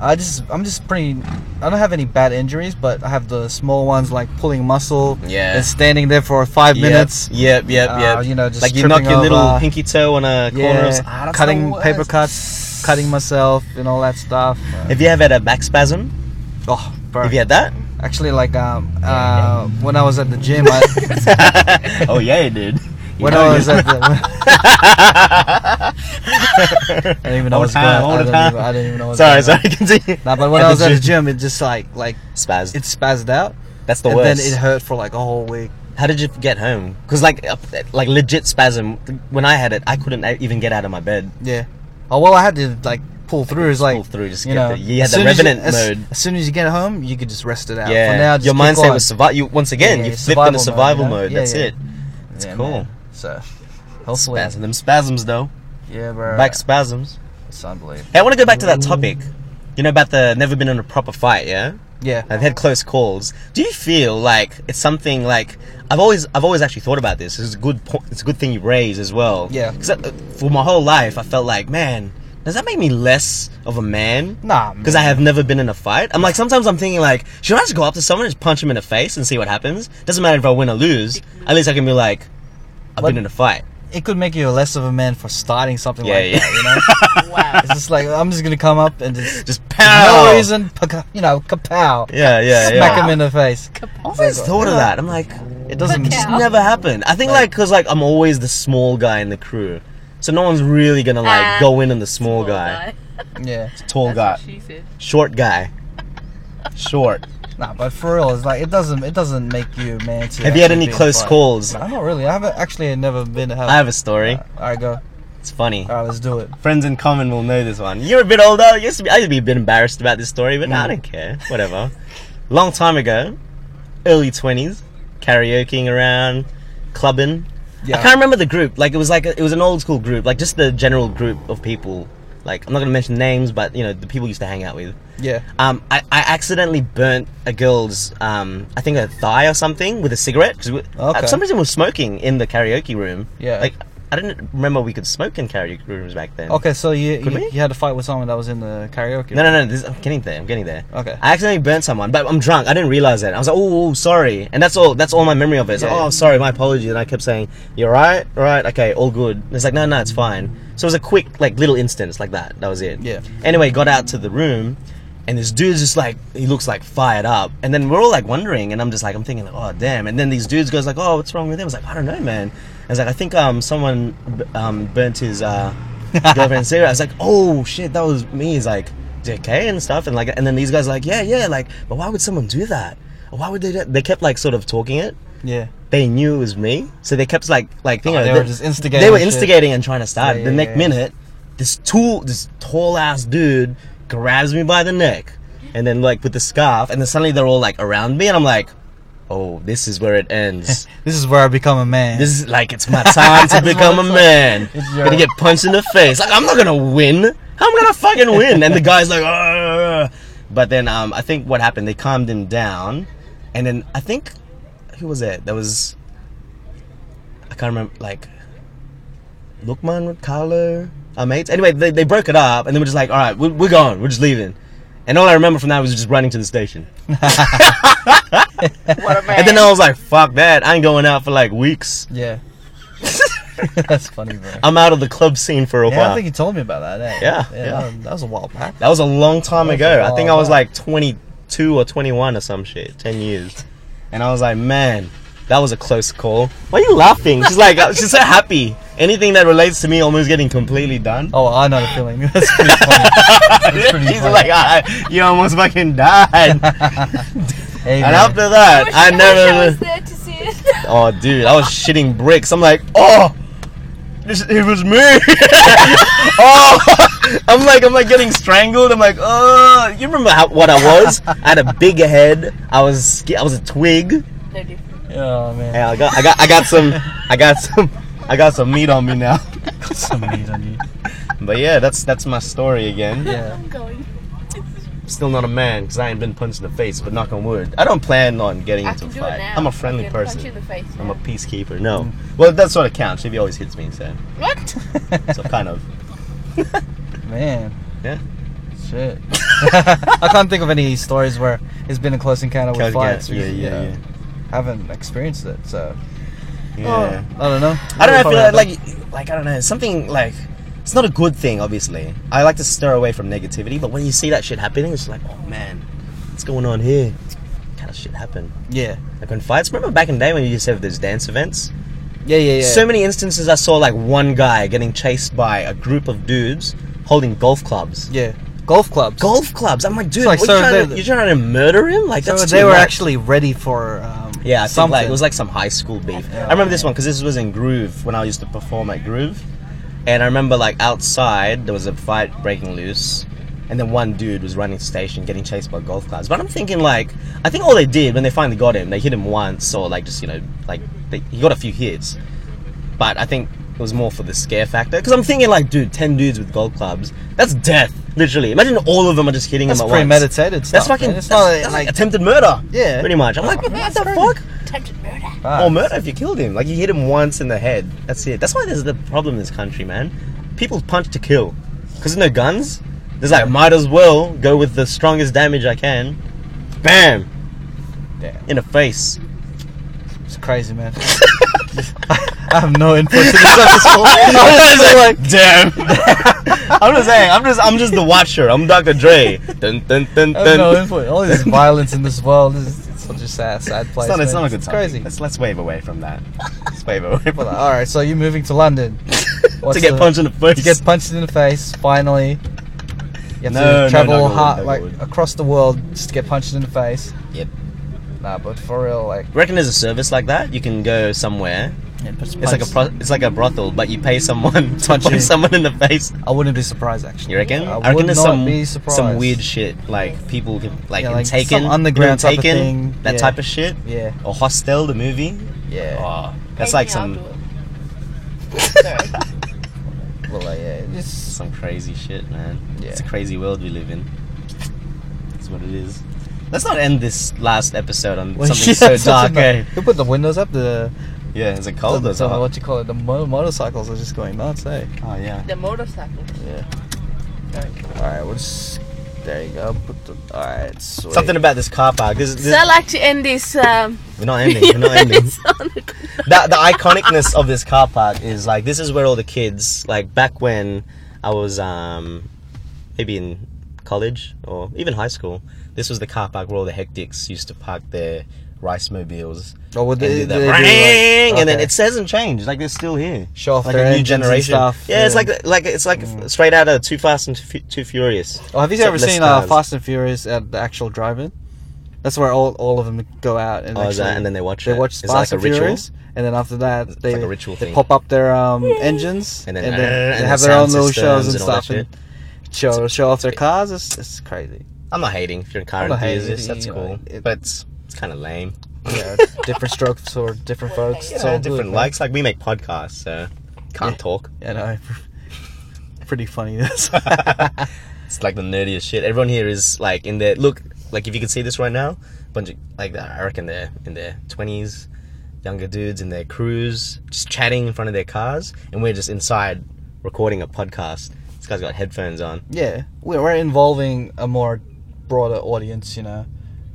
[SPEAKER 3] I just I'm just pretty. I don't have any bad injuries, but I have the small ones like pulling muscle.
[SPEAKER 2] Yeah.
[SPEAKER 3] And standing there for five minutes.
[SPEAKER 2] Yep, yep,
[SPEAKER 3] Uh,
[SPEAKER 2] yep.
[SPEAKER 3] you know, just
[SPEAKER 2] like you knock
[SPEAKER 3] tripping
[SPEAKER 2] your little
[SPEAKER 3] over.
[SPEAKER 2] pinky toe on a corner. Of, Ah,
[SPEAKER 3] Yeah.
[SPEAKER 2] that's
[SPEAKER 3] Cutting
[SPEAKER 2] the worst.
[SPEAKER 3] paper cuts, cutting myself, and all that stuff.
[SPEAKER 2] Have you ever had a back spasm?
[SPEAKER 3] Oh, bro.
[SPEAKER 2] Have you had that?
[SPEAKER 3] Actually, like um, uh, when I was at the gym, I,
[SPEAKER 2] [LAUGHS] oh yeah, you [LAUGHS] did. You
[SPEAKER 3] when
[SPEAKER 2] know
[SPEAKER 3] I
[SPEAKER 2] you- [LAUGHS]
[SPEAKER 3] was at the, I [LAUGHS] don't even know
[SPEAKER 2] All
[SPEAKER 3] what's
[SPEAKER 2] the
[SPEAKER 3] going
[SPEAKER 2] time, all
[SPEAKER 3] on.
[SPEAKER 2] the
[SPEAKER 3] I
[SPEAKER 2] time.
[SPEAKER 3] don't even- I don't even know what's
[SPEAKER 2] Sorry,
[SPEAKER 3] going on.
[SPEAKER 2] sorry. Continue.
[SPEAKER 3] Nah, but when
[SPEAKER 2] At the [LAUGHS]
[SPEAKER 3] I was at the gym, it just like like
[SPEAKER 2] Spaz.
[SPEAKER 3] it spazzed out.
[SPEAKER 2] That's the
[SPEAKER 3] and
[SPEAKER 2] worst.
[SPEAKER 3] then it hurt for like a whole week.
[SPEAKER 2] How did you get home? Because like, uh, like legit spasm. When I had it, I couldn't a- even get out of my bed.
[SPEAKER 3] Yeah. Oh well, I had to like pull through. It's like
[SPEAKER 2] pull through, just
[SPEAKER 3] you
[SPEAKER 2] get
[SPEAKER 3] know,
[SPEAKER 2] the- you had
[SPEAKER 3] as
[SPEAKER 2] the
[SPEAKER 3] soon as you-
[SPEAKER 2] revenant
[SPEAKER 3] as,
[SPEAKER 2] mode.
[SPEAKER 3] As soon as you get home, you could just rest it out.
[SPEAKER 2] yeah,
[SPEAKER 3] For now, just
[SPEAKER 2] your
[SPEAKER 3] keep
[SPEAKER 2] mindset
[SPEAKER 3] going.
[SPEAKER 2] was survival. You once again,
[SPEAKER 3] Yeah,
[SPEAKER 2] you
[SPEAKER 3] yeah,
[SPEAKER 2] flipped into survival
[SPEAKER 3] survival
[SPEAKER 2] mode.
[SPEAKER 3] mode, you know?
[SPEAKER 2] That's
[SPEAKER 3] Yeah, yeah.
[SPEAKER 2] it. It's
[SPEAKER 3] Yeah,
[SPEAKER 2] cool.
[SPEAKER 3] man. So, hopefully,
[SPEAKER 2] Spasm, them spasms though.
[SPEAKER 3] yeah, bro.
[SPEAKER 2] Back spasms.
[SPEAKER 3] it's unbelievable.
[SPEAKER 2] Hey, I want to go back to that
[SPEAKER 3] Mm.
[SPEAKER 2] topic. You know about the never been in a proper fight, yeah?
[SPEAKER 3] Yeah.
[SPEAKER 2] I've had close calls. Do you feel like it's something like I've always I've always actually thought about this. It's a good point. It's a good thing you raise as well.
[SPEAKER 3] Yeah.
[SPEAKER 2] 'Cause, uh, for my whole life, I felt like, man, does that make me less of a man?
[SPEAKER 3] Nah,
[SPEAKER 2] Because I have never been in a fight. I'm like sometimes I'm thinking like, should I just go up to someone and just punch him in the face and see what happens? Doesn't matter if I win or lose. At least I can be like, I've
[SPEAKER 3] What-
[SPEAKER 2] been in a fight.
[SPEAKER 3] it could make you less of a man for starting something
[SPEAKER 2] Yeah,
[SPEAKER 3] like
[SPEAKER 2] yeah.
[SPEAKER 3] that. You know,
[SPEAKER 2] [LAUGHS]
[SPEAKER 4] Wow.
[SPEAKER 3] it's just like I'm just gonna come up and just,
[SPEAKER 2] Just
[SPEAKER 3] for
[SPEAKER 2] pow.
[SPEAKER 3] no reason, paka- you know, kapow,
[SPEAKER 2] Yeah, yeah, yeah.
[SPEAKER 3] smack him in the face.
[SPEAKER 2] I
[SPEAKER 4] Oh,
[SPEAKER 2] always thought of that. I'm like,
[SPEAKER 3] It doesn't.
[SPEAKER 4] Kapow.
[SPEAKER 2] It's never happened. I think like because like I'm always the small guy in the crew, so no one's really gonna like
[SPEAKER 4] Ah,
[SPEAKER 2] go in on the small, guy,
[SPEAKER 4] guy.
[SPEAKER 3] Yeah.
[SPEAKER 2] tall guy,
[SPEAKER 4] That's what she said.
[SPEAKER 2] short guy, short.
[SPEAKER 3] Nah, but for real, it's like it doesn't. It doesn't make you a man. To
[SPEAKER 2] Have you had
[SPEAKER 3] actually
[SPEAKER 2] any
[SPEAKER 3] be in a
[SPEAKER 2] close
[SPEAKER 3] fight.
[SPEAKER 2] calls?
[SPEAKER 3] Nah, not really. I haven't actually never been. to Have,
[SPEAKER 2] I have a story.
[SPEAKER 3] All right, go.
[SPEAKER 2] It's funny.
[SPEAKER 3] All right, let's do it.
[SPEAKER 2] Uh, Friends in common will know this one. Mm. You're a bit older. I used to be, I used to be a bit embarrassed about this story, but nah, I don't care. Whatever. Long time ago, early twenties, karaokeing around, clubbing.
[SPEAKER 3] Yeah.
[SPEAKER 2] I can't remember the group. Like it was like a, it was an old school group, like just the general group of people. Like I'm not gonna mention names, but you know the people used to hang out with.
[SPEAKER 3] Yeah.
[SPEAKER 2] Um, I, I accidentally burnt a girl's um, I think her thigh or something with a cigarette. 'cause we-
[SPEAKER 3] Okay.
[SPEAKER 2] For some reason, we were smoking in the karaoke room.
[SPEAKER 3] Yeah.
[SPEAKER 2] Like I didn't remember we could smoke in karaoke rooms back then.
[SPEAKER 3] Okay, so you
[SPEAKER 2] Could
[SPEAKER 3] you,
[SPEAKER 2] we?
[SPEAKER 3] you had to fight with someone that was in the karaoke.
[SPEAKER 2] No, no, no. This, I'm getting there. I'm getting there.
[SPEAKER 3] Okay.
[SPEAKER 2] I accidentally burnt someone, but I'm drunk. I didn't realize that. I was like, oh, oh, sorry. And that's all. That's all my memory of it. It's like,
[SPEAKER 3] Yeah.
[SPEAKER 2] oh, sorry. My apologies. And I kept saying, you're right, right, okay, all good. And it's like, no, no, it's fine. So it was a quick, like, little instance like that. That was it.
[SPEAKER 3] Yeah.
[SPEAKER 2] Anyway, got out to the room, and this dude's just like, he looks like fired up. And then we're all like wondering, and I'm just like, I'm thinking, like, oh damn. And then these dudes goes like, oh, what's wrong with him? I was like, I don't know, man. I was like, I think um someone b- um burnt his uh girlfriend's cigarette. I was like, oh shit, that was me. He's like, decay and stuff, and like, and then these guys are like, yeah, yeah, like, but why would someone do that? Why would they? Do-? They kept like sort of talking it
[SPEAKER 3] Yeah.
[SPEAKER 2] they knew it was me, so they kept like like thinking
[SPEAKER 3] Oh, they
[SPEAKER 2] they
[SPEAKER 3] were just instigating
[SPEAKER 2] They were
[SPEAKER 3] shit.
[SPEAKER 2] instigating and trying to start.
[SPEAKER 3] Yeah,
[SPEAKER 2] the
[SPEAKER 3] yeah,
[SPEAKER 2] next
[SPEAKER 3] yeah.
[SPEAKER 2] minute, this tall, this tall ass dude grabs me by the neck, and then like with the scarf, and then suddenly they're all like around me, and I'm like, oh, this is where it
[SPEAKER 3] [LAUGHS]
[SPEAKER 2] ends.
[SPEAKER 3] This is where I become a man.
[SPEAKER 2] This is like it's
[SPEAKER 3] [LAUGHS]
[SPEAKER 2] my time to become a man.
[SPEAKER 3] It's your-
[SPEAKER 2] Gonna get punched in the face. Like I'm not gonna win. How am I gonna fucking win? And the guy's like, "Ugh." but then um, I think what happened, they calmed him down, and then I think who was it? That was I can't remember. Like Lukman with Carlo, our mates. Anyway, they, they broke it up, and they were just like, all right, we're, we're gone. We're just leaving. And all I remember from that was just running to the station.
[SPEAKER 4] [LAUGHS]
[SPEAKER 1] What a man.
[SPEAKER 2] And then I was like, fuck that. I ain't going out for like weeks.
[SPEAKER 3] yeah. [LAUGHS] That's funny, bro.
[SPEAKER 2] I'm out of the club scene for a
[SPEAKER 3] yeah,
[SPEAKER 2] while.
[SPEAKER 3] I think you told me about that. Eh?
[SPEAKER 2] Yeah,
[SPEAKER 3] yeah,
[SPEAKER 2] yeah.
[SPEAKER 3] That, was, that was a while back.
[SPEAKER 2] That was a long time
[SPEAKER 3] That was
[SPEAKER 2] ago.
[SPEAKER 3] a
[SPEAKER 2] I think I
[SPEAKER 3] while
[SPEAKER 2] was
[SPEAKER 3] back.
[SPEAKER 2] like 22 or 21 or some shit. 10 years. And I was like, man, that was a close call. Why are you laughing? She's like, uh, she's so happy. Anything that relates to me almost getting completely done.
[SPEAKER 3] Oh, I know the feeling. [LAUGHS] That's pretty
[SPEAKER 2] [LAUGHS]
[SPEAKER 3] funny. That's pretty
[SPEAKER 2] she's
[SPEAKER 3] funny.
[SPEAKER 2] like, I, you almost fucking
[SPEAKER 3] [LAUGHS]
[SPEAKER 2] died. and
[SPEAKER 3] hey, man.
[SPEAKER 2] after that,
[SPEAKER 4] wish-
[SPEAKER 2] I
[SPEAKER 4] wish
[SPEAKER 2] never.
[SPEAKER 4] was there to see
[SPEAKER 2] [LAUGHS]
[SPEAKER 4] it.
[SPEAKER 2] Oh, dude, I was shitting bricks. I'm like, oh, this, it was me. [LAUGHS] oh, [LAUGHS] I'm like, I'm like getting strangled. I'm like, oh, you remember how, what I was? I had a big head. I was, ski- I was a twig.
[SPEAKER 4] No different.
[SPEAKER 3] oh
[SPEAKER 2] Hey,
[SPEAKER 3] man,
[SPEAKER 2] I got, I got, I got some, I got [LAUGHS] some, I got some meat on me now. [LAUGHS]
[SPEAKER 3] got some meat on you.
[SPEAKER 2] But yeah, that's that's my story again.
[SPEAKER 3] Yeah.
[SPEAKER 4] I'm going.
[SPEAKER 2] Still not a man because I ain't been punched in the face, but knock on wood. I don't plan on getting
[SPEAKER 4] I
[SPEAKER 2] into
[SPEAKER 4] can
[SPEAKER 2] a
[SPEAKER 4] do
[SPEAKER 2] fight.
[SPEAKER 4] it now.
[SPEAKER 2] I'm a
[SPEAKER 4] I
[SPEAKER 2] friendly
[SPEAKER 4] can Punch you in
[SPEAKER 2] person.
[SPEAKER 4] the Mm. face.
[SPEAKER 2] I'm a
[SPEAKER 4] now.
[SPEAKER 2] peacekeeper. No, well that sort of counts. If he always hits me, so
[SPEAKER 4] What? [LAUGHS]
[SPEAKER 2] so kind of.
[SPEAKER 3] Man.
[SPEAKER 2] Yeah.
[SPEAKER 3] Shit.
[SPEAKER 2] [LAUGHS]
[SPEAKER 3] I can't think of any stories where it's been a close encounter with
[SPEAKER 2] Close
[SPEAKER 3] fire.
[SPEAKER 2] encounter, yeah, yeah, yeah.
[SPEAKER 3] Haven't experienced it, so
[SPEAKER 2] Yeah.
[SPEAKER 3] I don't know.
[SPEAKER 2] Oh. I don't know. I feel like, like like I don't know. Something like it's not a good thing. Obviously, I like to steer away from negativity. But when you see that shit happening, it's like, oh man, what's going on here? What kind of shit happened.
[SPEAKER 3] yeah,
[SPEAKER 2] Like when fights. Remember back in the day when you used to have those dance events.
[SPEAKER 3] yeah, yeah, yeah.
[SPEAKER 2] So many instances I saw like one guy getting chased by a group of dudes holding golf clubs.
[SPEAKER 3] yeah, golf clubs.
[SPEAKER 2] Golf clubs. I'm like, dude,
[SPEAKER 3] like,
[SPEAKER 2] what,
[SPEAKER 3] so
[SPEAKER 2] you trying
[SPEAKER 3] they-
[SPEAKER 2] to, you're trying to murder him? Like
[SPEAKER 3] So
[SPEAKER 2] that's
[SPEAKER 3] they
[SPEAKER 2] too
[SPEAKER 3] were
[SPEAKER 2] much.
[SPEAKER 3] actually ready for um,
[SPEAKER 2] Yeah, I think
[SPEAKER 3] something.
[SPEAKER 2] like, it was like some high school beef. I remember this one because this was in Groove when I used to perform at Groove, and I remember like outside there was a fight breaking loose, and then one dude was running station getting chased by golf carts. But I'm thinking like I think all they did when they finally got him, they hit him once or like just you know like they, he got a few hits, but I think it was more for the scare factor because I'm thinking like dude, ten dudes with golf clubs, that's death literally. Imagine all of them are just hitting
[SPEAKER 3] that's
[SPEAKER 2] him at once.
[SPEAKER 3] premeditated. Stuff,
[SPEAKER 2] That's
[SPEAKER 3] man.
[SPEAKER 2] fucking.
[SPEAKER 3] It's
[SPEAKER 2] That's,
[SPEAKER 3] not
[SPEAKER 2] that's like
[SPEAKER 3] like
[SPEAKER 2] attempted murder.
[SPEAKER 3] Yeah.
[SPEAKER 2] pretty much. I'm
[SPEAKER 3] [LAUGHS]
[SPEAKER 2] like, what the fuck?
[SPEAKER 4] Attempted murder.
[SPEAKER 3] facts.
[SPEAKER 2] Or murder if you killed him. Like you hit him once in the head. That's it. That's why there's the problem in this country, man. People punch to kill. Because there's no guns. There's like might as well go with the strongest damage I can. Bam!
[SPEAKER 3] Damn.
[SPEAKER 2] In the face. [LAUGHS]
[SPEAKER 3] It's crazy, man. I have no input to
[SPEAKER 2] [LAUGHS]
[SPEAKER 3] this episode.
[SPEAKER 2] I'm just [LAUGHS] damn. I'm just saying, I'm just I'm just the watcher. I'm Dr. Dre. Dun, dun, dun,
[SPEAKER 3] I have no
[SPEAKER 2] dun.
[SPEAKER 3] input. All this violence in this world is it's such a sad, sad
[SPEAKER 2] It's
[SPEAKER 3] place.
[SPEAKER 2] not, it's
[SPEAKER 3] man.
[SPEAKER 2] not a good
[SPEAKER 3] It's
[SPEAKER 2] topic.
[SPEAKER 3] crazy.
[SPEAKER 2] Let's let's wave away from that. Let's
[SPEAKER 3] [LAUGHS]
[SPEAKER 2] wave away from
[SPEAKER 3] Well,
[SPEAKER 2] that.
[SPEAKER 3] all right, so you're moving to London
[SPEAKER 2] [LAUGHS]
[SPEAKER 3] What's
[SPEAKER 2] to get
[SPEAKER 3] the-
[SPEAKER 2] punched in the face.
[SPEAKER 3] to get punched in the face. Finally, you have
[SPEAKER 2] No, no,
[SPEAKER 3] to travel
[SPEAKER 2] no, no,
[SPEAKER 3] hard,
[SPEAKER 2] no,
[SPEAKER 3] like
[SPEAKER 2] no.
[SPEAKER 3] across the world just to get punched in the face.
[SPEAKER 2] Yep.
[SPEAKER 3] Nah, but for real, like
[SPEAKER 2] Reckon there's a service like that? You can go somewhere It's like a pro- it's like a brothel, but you pay someone [LAUGHS] to
[SPEAKER 3] Punch
[SPEAKER 2] punch
[SPEAKER 3] you.
[SPEAKER 2] someone in the face.
[SPEAKER 3] I wouldn't be surprised actually.
[SPEAKER 2] You reckon?
[SPEAKER 3] I
[SPEAKER 2] reckon
[SPEAKER 3] would
[SPEAKER 2] there's
[SPEAKER 3] not
[SPEAKER 2] some
[SPEAKER 3] be
[SPEAKER 2] some
[SPEAKER 3] surprised.
[SPEAKER 2] weird shit like people can like,
[SPEAKER 3] Yeah,
[SPEAKER 2] in
[SPEAKER 3] like some
[SPEAKER 2] Taken,
[SPEAKER 3] underground
[SPEAKER 2] you know,
[SPEAKER 3] type of
[SPEAKER 2] Taken,
[SPEAKER 3] thing.
[SPEAKER 2] that
[SPEAKER 3] Yeah.
[SPEAKER 2] type of shit,
[SPEAKER 3] Yeah,
[SPEAKER 2] or Hostel the movie.
[SPEAKER 3] yeah.
[SPEAKER 2] Oh, that's like
[SPEAKER 4] Maybe
[SPEAKER 2] some
[SPEAKER 4] I'll do
[SPEAKER 2] Oh,
[SPEAKER 3] Well,
[SPEAKER 2] uh,
[SPEAKER 3] like, yeah. Just
[SPEAKER 2] some crazy shit, man.
[SPEAKER 3] Yeah.
[SPEAKER 2] It's a crazy world we live in. That's what it is. Let's not end this last episode on
[SPEAKER 3] Well, [LAUGHS]
[SPEAKER 2] something
[SPEAKER 3] yeah,
[SPEAKER 2] so dark.
[SPEAKER 3] about-
[SPEAKER 2] eh?
[SPEAKER 3] Who put the windows up? The
[SPEAKER 2] [LAUGHS] Yeah, is it cold
[SPEAKER 3] The-
[SPEAKER 2] or
[SPEAKER 3] the-
[SPEAKER 2] something?
[SPEAKER 3] what you call it? The mo- motorcycles are just going nuts, eh?
[SPEAKER 2] Oh yeah.
[SPEAKER 5] The motorcycle.
[SPEAKER 3] Yeah.
[SPEAKER 5] Sorry.
[SPEAKER 3] All right, we'll just. There you go. Put the, all right. Sweet.
[SPEAKER 2] Something about this car park. This, this,
[SPEAKER 5] So I like to end this. Um,
[SPEAKER 2] we're not ending.
[SPEAKER 4] [LAUGHS]
[SPEAKER 2] We're
[SPEAKER 5] [LAUGHS]
[SPEAKER 2] not ending.
[SPEAKER 5] this on a-
[SPEAKER 2] that the iconicness of this car park is like this is where all the kids like back when I was um maybe in college or even high school. This was the car park where all the hectics used to park their rice mobiles.
[SPEAKER 3] Oh, would
[SPEAKER 2] and
[SPEAKER 3] they,
[SPEAKER 2] do that
[SPEAKER 3] they do, like-
[SPEAKER 2] "Ring!" and then
[SPEAKER 3] okay.
[SPEAKER 2] it hasn't changed. Like they're still here.
[SPEAKER 3] Show off
[SPEAKER 2] like
[SPEAKER 3] their
[SPEAKER 2] a new
[SPEAKER 3] engines and
[SPEAKER 2] generation.
[SPEAKER 3] stuff,
[SPEAKER 2] yeah, it's
[SPEAKER 3] yeah. Mm.
[SPEAKER 2] like like it's like straight out of Too Fast and Too, Fu- Too Furious.
[SPEAKER 3] Oh, have you
[SPEAKER 2] Except
[SPEAKER 3] ever
[SPEAKER 2] less
[SPEAKER 3] seen uh,
[SPEAKER 2] cars.
[SPEAKER 3] Fast and Furious at the actual drive-in? That's where all, all of them go out and
[SPEAKER 2] Oh, is that-
[SPEAKER 3] actually-
[SPEAKER 2] and then they watch
[SPEAKER 3] they
[SPEAKER 2] it?
[SPEAKER 3] watch
[SPEAKER 2] Is it like
[SPEAKER 3] Fast
[SPEAKER 2] a
[SPEAKER 3] and
[SPEAKER 2] ritual?
[SPEAKER 3] Furious, and then after that they
[SPEAKER 2] like a ritual
[SPEAKER 3] they
[SPEAKER 2] thing.
[SPEAKER 3] pop up their um, engines
[SPEAKER 2] And
[SPEAKER 3] and
[SPEAKER 2] then- uh,
[SPEAKER 3] then,
[SPEAKER 2] and
[SPEAKER 3] they
[SPEAKER 2] the
[SPEAKER 3] have their own
[SPEAKER 2] sound
[SPEAKER 3] little shows
[SPEAKER 2] systems and
[SPEAKER 3] and
[SPEAKER 2] all that
[SPEAKER 3] stuff and show show off their cars. It's, it's crazy.
[SPEAKER 2] I'm not hating if you're a car
[SPEAKER 3] I'm not hating,
[SPEAKER 2] enthusiast.
[SPEAKER 3] you
[SPEAKER 2] That's
[SPEAKER 3] know,
[SPEAKER 2] cool,
[SPEAKER 3] it-
[SPEAKER 2] but it's, it's kind of lame. [LAUGHS]
[SPEAKER 3] Yeah, different strokes for different folks. It's
[SPEAKER 2] So
[SPEAKER 3] all good,
[SPEAKER 2] different
[SPEAKER 3] man.
[SPEAKER 2] likes. Like we make podcasts, so can't
[SPEAKER 3] Yeah. [LAUGHS]
[SPEAKER 2] talk.
[SPEAKER 3] You know, pretty funny. [LAUGHS] This.
[SPEAKER 2] It's like the nerdiest shit. Everyone here is like in their look. Like if you could see this right now, bunch of like I reckon they're in their twenties, younger dudes in their crews, just chatting in front of their cars, and we're just inside recording a podcast. This guy's got headphones on.
[SPEAKER 3] yeah, we're, we're involving a more broader audience. You know.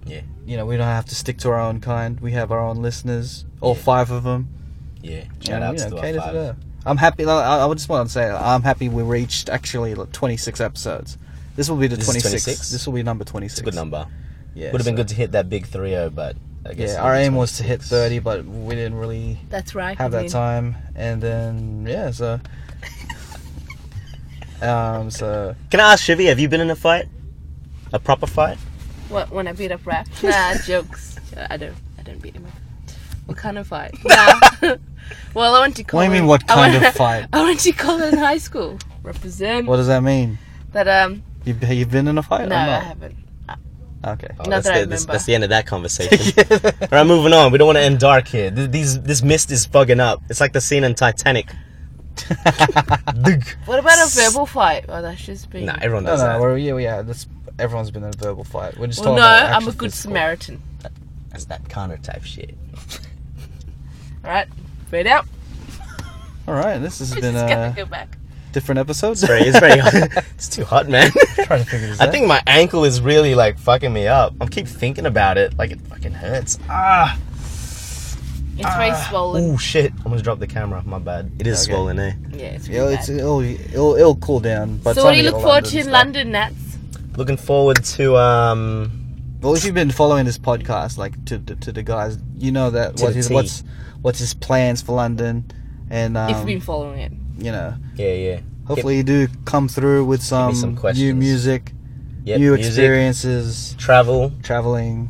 [SPEAKER 2] Yeah.
[SPEAKER 3] You know, we don't have to stick to our own kind. We have our own listeners, all
[SPEAKER 2] Yeah.
[SPEAKER 3] five of them.
[SPEAKER 2] Yeah, shout
[SPEAKER 3] And,
[SPEAKER 2] out
[SPEAKER 3] you
[SPEAKER 2] to
[SPEAKER 3] know,
[SPEAKER 2] the
[SPEAKER 3] cater to
[SPEAKER 2] five.
[SPEAKER 3] them. I'm happy. like, I I just want to say I'm happy we reached actually like, 26 episodes. This will be the
[SPEAKER 2] This is
[SPEAKER 3] 26.
[SPEAKER 2] 26?
[SPEAKER 3] This will be number 26.
[SPEAKER 2] It's a good number.
[SPEAKER 3] Yeah,
[SPEAKER 2] Would have been
[SPEAKER 3] so-
[SPEAKER 2] good to hit that big three zero, but I guess
[SPEAKER 3] Yeah,
[SPEAKER 2] it
[SPEAKER 3] our aim was to hit
[SPEAKER 2] 26.
[SPEAKER 3] 30, but we didn't really
[SPEAKER 5] That's right.
[SPEAKER 3] have
[SPEAKER 5] I
[SPEAKER 3] that
[SPEAKER 5] mean,
[SPEAKER 3] time. And then yeah,
[SPEAKER 5] [LAUGHS]
[SPEAKER 3] so um, so
[SPEAKER 2] Can I ask Shivy? Have you been in a fight? A proper fight?
[SPEAKER 5] What, when I beat up rap? Nah, [LAUGHS] jokes. I don't. I don't beat him up. What kind of fight? [LAUGHS] Nah. well, I went to
[SPEAKER 3] what
[SPEAKER 5] college.
[SPEAKER 3] do you mean? What
[SPEAKER 5] I
[SPEAKER 3] kind
[SPEAKER 5] went-
[SPEAKER 3] of fight?
[SPEAKER 5] [LAUGHS] I went to college in high school. Represent.
[SPEAKER 3] What does that mean?
[SPEAKER 5] But um,
[SPEAKER 3] You've you've been in a
[SPEAKER 5] no,
[SPEAKER 3] fight or
[SPEAKER 5] I
[SPEAKER 3] not?
[SPEAKER 5] haven't.
[SPEAKER 3] Okay.
[SPEAKER 2] Oh,
[SPEAKER 5] Not
[SPEAKER 2] that's,
[SPEAKER 5] that I
[SPEAKER 2] the, that's,
[SPEAKER 5] remember.
[SPEAKER 2] that's the end of that conversation. [LAUGHS]
[SPEAKER 3] [LAUGHS]
[SPEAKER 2] All right, moving on. We don't want to end dark here. Th- These, this mist is bugging up. It's like the scene in
[SPEAKER 3] [LAUGHS]
[SPEAKER 2] Titanic. Dig.
[SPEAKER 5] What about a verbal fight? Oh, that's just being.
[SPEAKER 2] nah, everyone
[SPEAKER 3] No,
[SPEAKER 2] does
[SPEAKER 3] no,
[SPEAKER 2] that.
[SPEAKER 3] we're, yeah, we- yeah. That's everyone's been in a verbal fight. We're just
[SPEAKER 5] well,
[SPEAKER 3] talking
[SPEAKER 5] no,
[SPEAKER 3] about
[SPEAKER 5] I'm a
[SPEAKER 3] actual
[SPEAKER 5] good
[SPEAKER 3] physical.
[SPEAKER 5] Samaritan.
[SPEAKER 2] That's that Connor type shit.
[SPEAKER 5] All right, right out.
[SPEAKER 3] All right, this has
[SPEAKER 5] I
[SPEAKER 3] been
[SPEAKER 5] [LAUGHS] just
[SPEAKER 3] a
[SPEAKER 5] gotta go back.
[SPEAKER 3] different episode.
[SPEAKER 2] Sorry, it's very.
[SPEAKER 3] [LAUGHS]
[SPEAKER 2] [LAUGHS] it's too hot, man.
[SPEAKER 3] trying to figure this
[SPEAKER 2] I
[SPEAKER 3] out.
[SPEAKER 2] think my ankle is really like fucking me up. I keep thinking about it. Like it fucking hurts. Ah.
[SPEAKER 5] It's very
[SPEAKER 3] Ah.
[SPEAKER 5] swollen.
[SPEAKER 2] Oh shit! I almost dropped the camera. My bad. It is
[SPEAKER 3] Okay.
[SPEAKER 2] swollen, eh?
[SPEAKER 5] Yeah, it's
[SPEAKER 3] Yeah,
[SPEAKER 5] really
[SPEAKER 3] Mm. it's,
[SPEAKER 5] bad.
[SPEAKER 3] it'll, it'll it'll cool down. But
[SPEAKER 5] So what do you look forward to in London, Nats?
[SPEAKER 2] Looking forward to um.
[SPEAKER 3] Well, if you've been following this podcast, like to to, to the guys, you know that
[SPEAKER 2] To
[SPEAKER 3] what
[SPEAKER 2] the
[SPEAKER 3] his
[SPEAKER 2] T.
[SPEAKER 3] what's what's his plans for London, and
[SPEAKER 5] if you've
[SPEAKER 3] um,
[SPEAKER 5] been following it.
[SPEAKER 3] you know,
[SPEAKER 2] Yeah, yeah.
[SPEAKER 3] hopefully you do come through with some,
[SPEAKER 2] some
[SPEAKER 3] new
[SPEAKER 2] questions.
[SPEAKER 3] music,
[SPEAKER 2] Yep,
[SPEAKER 3] new
[SPEAKER 2] music,
[SPEAKER 3] experiences,
[SPEAKER 2] travel,
[SPEAKER 3] traveling,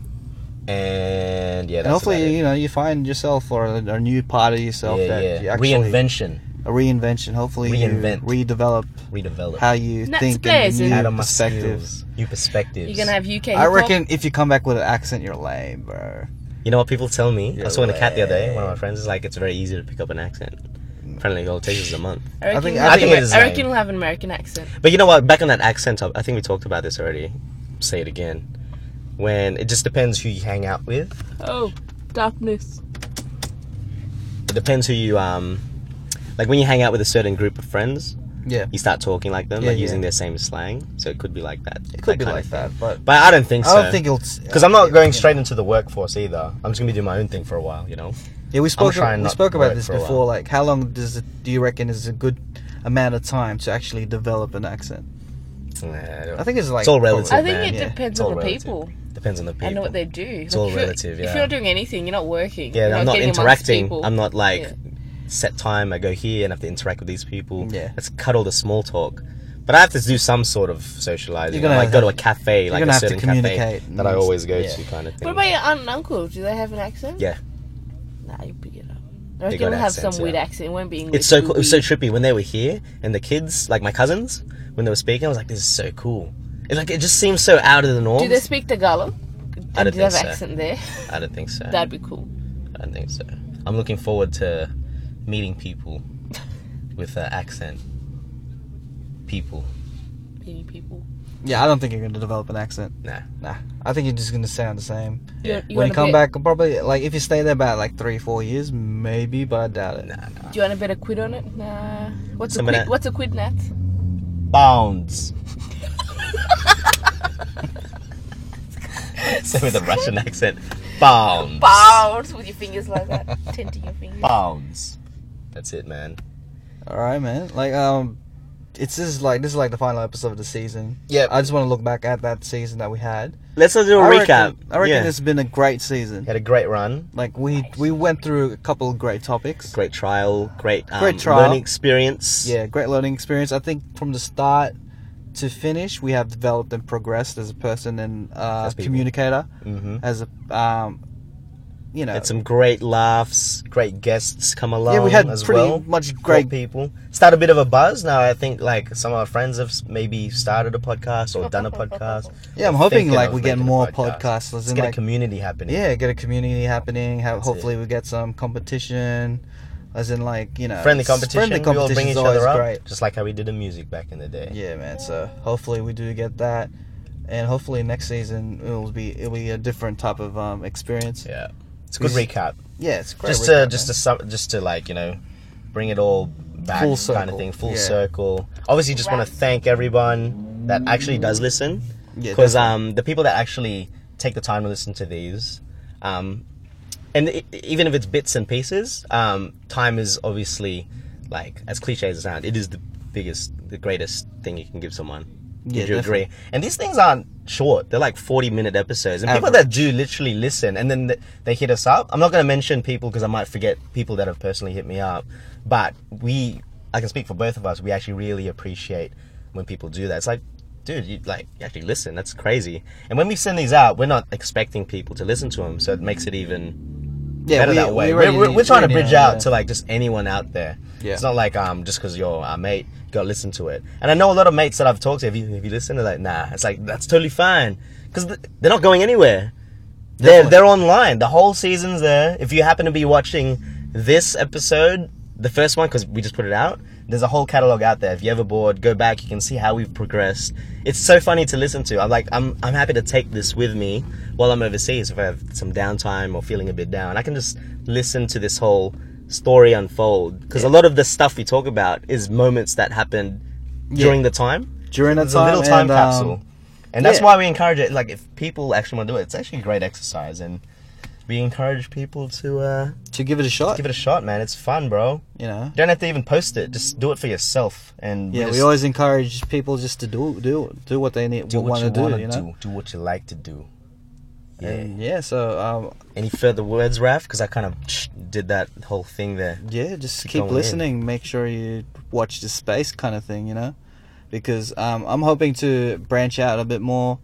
[SPEAKER 2] and yeah. That's about
[SPEAKER 3] and
[SPEAKER 2] it.
[SPEAKER 3] hopefully you know you find yourself or a, a new part of yourself
[SPEAKER 2] yeah,
[SPEAKER 3] that
[SPEAKER 2] yeah.
[SPEAKER 3] you actually
[SPEAKER 2] reinvention,
[SPEAKER 3] a reinvention. Hopefully
[SPEAKER 2] Reinvent.
[SPEAKER 3] you redevelop
[SPEAKER 2] redevelop.
[SPEAKER 3] how you
[SPEAKER 5] That's
[SPEAKER 3] think and
[SPEAKER 5] amazing.
[SPEAKER 3] new
[SPEAKER 2] Out of my
[SPEAKER 3] perspectives.
[SPEAKER 2] skills, new perspectives.
[SPEAKER 5] You're gonna have UK.
[SPEAKER 3] I
[SPEAKER 5] hip-hop?
[SPEAKER 3] reckon if you come back with an accent, you're lame, bro.
[SPEAKER 2] You know what people tell me? I
[SPEAKER 3] Yeah, Mm.
[SPEAKER 2] was talking to Kat the other day. One of my
[SPEAKER 3] right.
[SPEAKER 2] friends is like, it's very easy to pick up an accent. Apparently, it all takes us a month.
[SPEAKER 5] I reckon, I
[SPEAKER 3] think-
[SPEAKER 5] reckon,
[SPEAKER 3] I
[SPEAKER 5] I
[SPEAKER 3] think
[SPEAKER 2] it is
[SPEAKER 5] reckon
[SPEAKER 2] like-
[SPEAKER 5] we'll have an American accent.
[SPEAKER 2] But you know what? Back on that accent topic, I think we talked about this already. Say it again. When it just depends who you hang out with.
[SPEAKER 5] Oh, darkness.
[SPEAKER 2] It depends who you um, like when you hang out with a certain group of friends,
[SPEAKER 3] Yeah,
[SPEAKER 2] you start talking like them,
[SPEAKER 3] Yeah,
[SPEAKER 2] like
[SPEAKER 3] yeah.
[SPEAKER 2] using their same slang. So it could be like that.
[SPEAKER 3] it could be
[SPEAKER 2] kind
[SPEAKER 3] like
[SPEAKER 2] of thing.
[SPEAKER 3] that, but
[SPEAKER 2] But I don't think so.
[SPEAKER 3] I don't think it'll.
[SPEAKER 2] because I'm not going straight into the workforce either. I'm just gonna be doing my own thing for a while. You know.
[SPEAKER 3] Yeah, we spoke.
[SPEAKER 2] trying
[SPEAKER 3] We
[SPEAKER 2] not
[SPEAKER 3] spoke
[SPEAKER 2] to
[SPEAKER 3] about
[SPEAKER 2] work
[SPEAKER 3] this
[SPEAKER 2] for a while.
[SPEAKER 3] before. Like, how long does it? Do you reckon is a good amount of time to actually develop an accent?
[SPEAKER 2] Nah, I don't-
[SPEAKER 3] I think it's like
[SPEAKER 2] It's all relative.
[SPEAKER 5] I
[SPEAKER 3] probably-
[SPEAKER 5] think
[SPEAKER 2] man.
[SPEAKER 5] it
[SPEAKER 3] Yeah.
[SPEAKER 5] depends
[SPEAKER 2] It's all
[SPEAKER 5] on the
[SPEAKER 2] relative.
[SPEAKER 5] people
[SPEAKER 2] depends on the people.
[SPEAKER 5] and what they do. It's
[SPEAKER 2] all relative,
[SPEAKER 5] If
[SPEAKER 2] yeah.
[SPEAKER 5] you're not doing anything, you're not working.
[SPEAKER 2] Yeah,
[SPEAKER 5] you're
[SPEAKER 2] I'm not
[SPEAKER 5] getting amongst
[SPEAKER 2] interacting.
[SPEAKER 5] people.
[SPEAKER 2] I'm not like
[SPEAKER 5] Yeah.
[SPEAKER 2] set time. I go here and have to interact with these people.
[SPEAKER 3] Yeah.
[SPEAKER 2] let's cut all the small talk. But I have to do some sort of socializing.
[SPEAKER 3] You're gonna
[SPEAKER 2] like go to a
[SPEAKER 3] have-
[SPEAKER 2] cafe, like
[SPEAKER 3] gonna
[SPEAKER 2] a
[SPEAKER 3] have to
[SPEAKER 2] certain cafe
[SPEAKER 3] communicate
[SPEAKER 2] that I
[SPEAKER 3] and-
[SPEAKER 2] always go
[SPEAKER 3] yeah.
[SPEAKER 2] to, kind of thing.
[SPEAKER 5] What about your aunt and uncle? Do they have an accent?
[SPEAKER 2] Yeah.
[SPEAKER 5] Nah, you pick it up. I reckon
[SPEAKER 2] got
[SPEAKER 5] we'll have some
[SPEAKER 2] accents,
[SPEAKER 5] weird
[SPEAKER 2] yeah.
[SPEAKER 5] accent. It won't be English.
[SPEAKER 2] it's so cool.
[SPEAKER 5] it'll
[SPEAKER 2] It was so
[SPEAKER 5] be-
[SPEAKER 2] trippy when they were here and the kids, like my cousins, when they were speaking. I was like, this is so cool. It, like it just seems so out of the norm.
[SPEAKER 5] Do they speak
[SPEAKER 2] I
[SPEAKER 5] Tagalog? And
[SPEAKER 2] don't
[SPEAKER 5] do they have
[SPEAKER 2] think so.
[SPEAKER 5] an
[SPEAKER 2] Um,
[SPEAKER 5] accent there?
[SPEAKER 2] I don't think so.
[SPEAKER 5] That'd be cool.
[SPEAKER 2] I don't think so. I'm looking forward to meeting people [LAUGHS] with an accent. People.
[SPEAKER 5] Meeting people.
[SPEAKER 3] Yeah, I don't think you're gonna develop an accent.
[SPEAKER 2] Nah.
[SPEAKER 3] Nah, I think you're just gonna sound the same.
[SPEAKER 2] Yeah.
[SPEAKER 5] You
[SPEAKER 3] when
[SPEAKER 5] want
[SPEAKER 3] you
[SPEAKER 5] a
[SPEAKER 3] come
[SPEAKER 5] bit-
[SPEAKER 3] back, probably like if you stay there about like three, four years, maybe, but I doubt it.
[SPEAKER 2] Nah, nah.
[SPEAKER 5] Do you want a bit of quid on it? Nah. What's a
[SPEAKER 2] Some of
[SPEAKER 5] quid?
[SPEAKER 2] that.
[SPEAKER 5] What's a quid net?
[SPEAKER 2] Bounds. [LAUGHS] Say with a Russian accent. Bounds.
[SPEAKER 5] Bounce with your fingers
[SPEAKER 2] [LAUGHS]
[SPEAKER 5] like that, tinting your fingers.
[SPEAKER 2] Bounds. That's it, man.
[SPEAKER 3] All right, man. Like um, it's this is like this is like the final episode of the season.
[SPEAKER 2] Yep.
[SPEAKER 3] I just want to look back at that season that we had.
[SPEAKER 2] Let's do a
[SPEAKER 3] I
[SPEAKER 2] recap.
[SPEAKER 3] reckon, I reckon
[SPEAKER 2] yeah.
[SPEAKER 3] it's been a great season.
[SPEAKER 2] had a great run,
[SPEAKER 3] Like we we went through a couple of great topics.
[SPEAKER 2] great trial, great, um,
[SPEAKER 3] Great trial.
[SPEAKER 2] learning experience.
[SPEAKER 3] Yeah, great learning experience. I think from the start to finish, we have developed and progressed as a person and uh,
[SPEAKER 2] As people.
[SPEAKER 3] communicator,
[SPEAKER 2] Mm-hmm.
[SPEAKER 3] as a um, you know,
[SPEAKER 2] Had some great laughs, great guests come along
[SPEAKER 3] yeah, we had
[SPEAKER 2] as
[SPEAKER 3] pretty
[SPEAKER 2] well.
[SPEAKER 3] much
[SPEAKER 2] Great
[SPEAKER 3] great
[SPEAKER 2] people. Start a bit of a buzz now. I think like some of our friends have s- maybe started a podcast or done a [LAUGHS] podcast.
[SPEAKER 3] Yeah, I'm
[SPEAKER 2] We're
[SPEAKER 3] hoping
[SPEAKER 2] thinking
[SPEAKER 3] like
[SPEAKER 2] of
[SPEAKER 3] we get
[SPEAKER 2] making a
[SPEAKER 3] more
[SPEAKER 2] podcast.
[SPEAKER 3] podcasts. Let's
[SPEAKER 2] Let's
[SPEAKER 3] in,
[SPEAKER 2] get a
[SPEAKER 3] like,
[SPEAKER 2] community happening.
[SPEAKER 3] yeah, get a community happening. Have
[SPEAKER 2] That's
[SPEAKER 3] hopefully we get some competition, as in like you know
[SPEAKER 2] friendly
[SPEAKER 3] s-
[SPEAKER 2] competition.
[SPEAKER 3] Uh, Friendly
[SPEAKER 2] we all bring
[SPEAKER 3] competition's
[SPEAKER 2] each other up,
[SPEAKER 3] always
[SPEAKER 2] just like how we did in music back in the day.
[SPEAKER 3] great. Yeah, man. So hopefully we do get that, and hopefully next season it'll be it'll be a different type of um experience. Yeah,
[SPEAKER 2] Yeah. it's a good
[SPEAKER 3] We-
[SPEAKER 2] recap.
[SPEAKER 3] it's a great.
[SPEAKER 2] Just
[SPEAKER 3] recap,
[SPEAKER 2] to just
[SPEAKER 3] man.
[SPEAKER 2] to sum, just to like you know, bring it all back,
[SPEAKER 3] Full
[SPEAKER 2] kind
[SPEAKER 3] circle.
[SPEAKER 2] of thing, full
[SPEAKER 3] Yeah.
[SPEAKER 2] circle. Obviously, just want to thank everyone that actually does listen,
[SPEAKER 3] yeah,
[SPEAKER 2] because
[SPEAKER 3] definitely.
[SPEAKER 2] um, the people that actually take the time to listen to these, um, and i even if it's bits and pieces, um, time is obviously like as cliche as it sounds, it is the biggest, the greatest thing you can give someone.
[SPEAKER 3] Yeah,
[SPEAKER 2] Would you
[SPEAKER 3] definitely.
[SPEAKER 2] agree? And these things aren't short; they're like forty-minute episodes. And people that do literally listen, and then th- they hit us up. I'm not going to mention people because I might forget people that have personally hit me up. But we, I can speak for both of us. We actually really appreciate when people do that. It's like, dude, you like you actually listen. That's crazy. And when we send these out, we're not expecting people to listen to them, so it makes it even
[SPEAKER 3] yeah,
[SPEAKER 2] better
[SPEAKER 3] we-
[SPEAKER 2] that way.
[SPEAKER 3] we
[SPEAKER 2] We're,
[SPEAKER 3] already
[SPEAKER 2] we're,
[SPEAKER 3] need-
[SPEAKER 2] we're trying to
[SPEAKER 3] we already
[SPEAKER 2] bridge
[SPEAKER 3] know,
[SPEAKER 2] out
[SPEAKER 3] yeah.
[SPEAKER 2] to like just anyone out there.
[SPEAKER 3] Yeah.
[SPEAKER 2] It's not like um just because you're our mate, you gotta listen to it. And I know a lot of mates that I've talked to. Have you, have you listened? They're like, nah. It's like that's totally fine because th- they're not going anywhere. They're
[SPEAKER 3] Definitely.
[SPEAKER 2] they're online. The whole season's there. If you happen to be watching this episode, the first one, because we just put it out. There's a whole catalog out there. If you're ever bored, go back. You can see how we've progressed. It's so funny to listen to. I'm like, I'm, I'm happy to take this with me while I'm overseas. If I have some downtime or feeling a bit down, I can just listen to this whole story unfold. Because a lot of the stuff we talk about is moments that happened during the time.
[SPEAKER 3] during that
[SPEAKER 2] It's a
[SPEAKER 3] time,
[SPEAKER 2] little time
[SPEAKER 3] and, um,
[SPEAKER 2] capsule. and that's
[SPEAKER 3] yeah.
[SPEAKER 2] why we encourage it. Like, if people actually want to do it, it's actually a great exercise. And we encourage people to uh,
[SPEAKER 3] to give it a shot.
[SPEAKER 2] give it a shot, man. It's fun, bro.
[SPEAKER 3] you know.
[SPEAKER 2] You don't have to even post it. Just do it for yourself. And
[SPEAKER 3] Yeah,
[SPEAKER 2] just
[SPEAKER 3] we always encourage people just to do do do what they need
[SPEAKER 2] do what
[SPEAKER 3] want
[SPEAKER 2] you
[SPEAKER 3] to
[SPEAKER 2] want
[SPEAKER 3] do.
[SPEAKER 2] to
[SPEAKER 3] You
[SPEAKER 2] do,
[SPEAKER 3] know.
[SPEAKER 2] do. what you like to do. Yeah.
[SPEAKER 3] And yeah, so um,
[SPEAKER 2] Any further words, Raf? Because I kind of did that whole thing there.
[SPEAKER 3] yeah, just
[SPEAKER 2] Keep
[SPEAKER 3] keep
[SPEAKER 2] going in.
[SPEAKER 3] listening. Make sure you watch the space kind of thing, you know, because um, I'm hoping to branch out a bit more.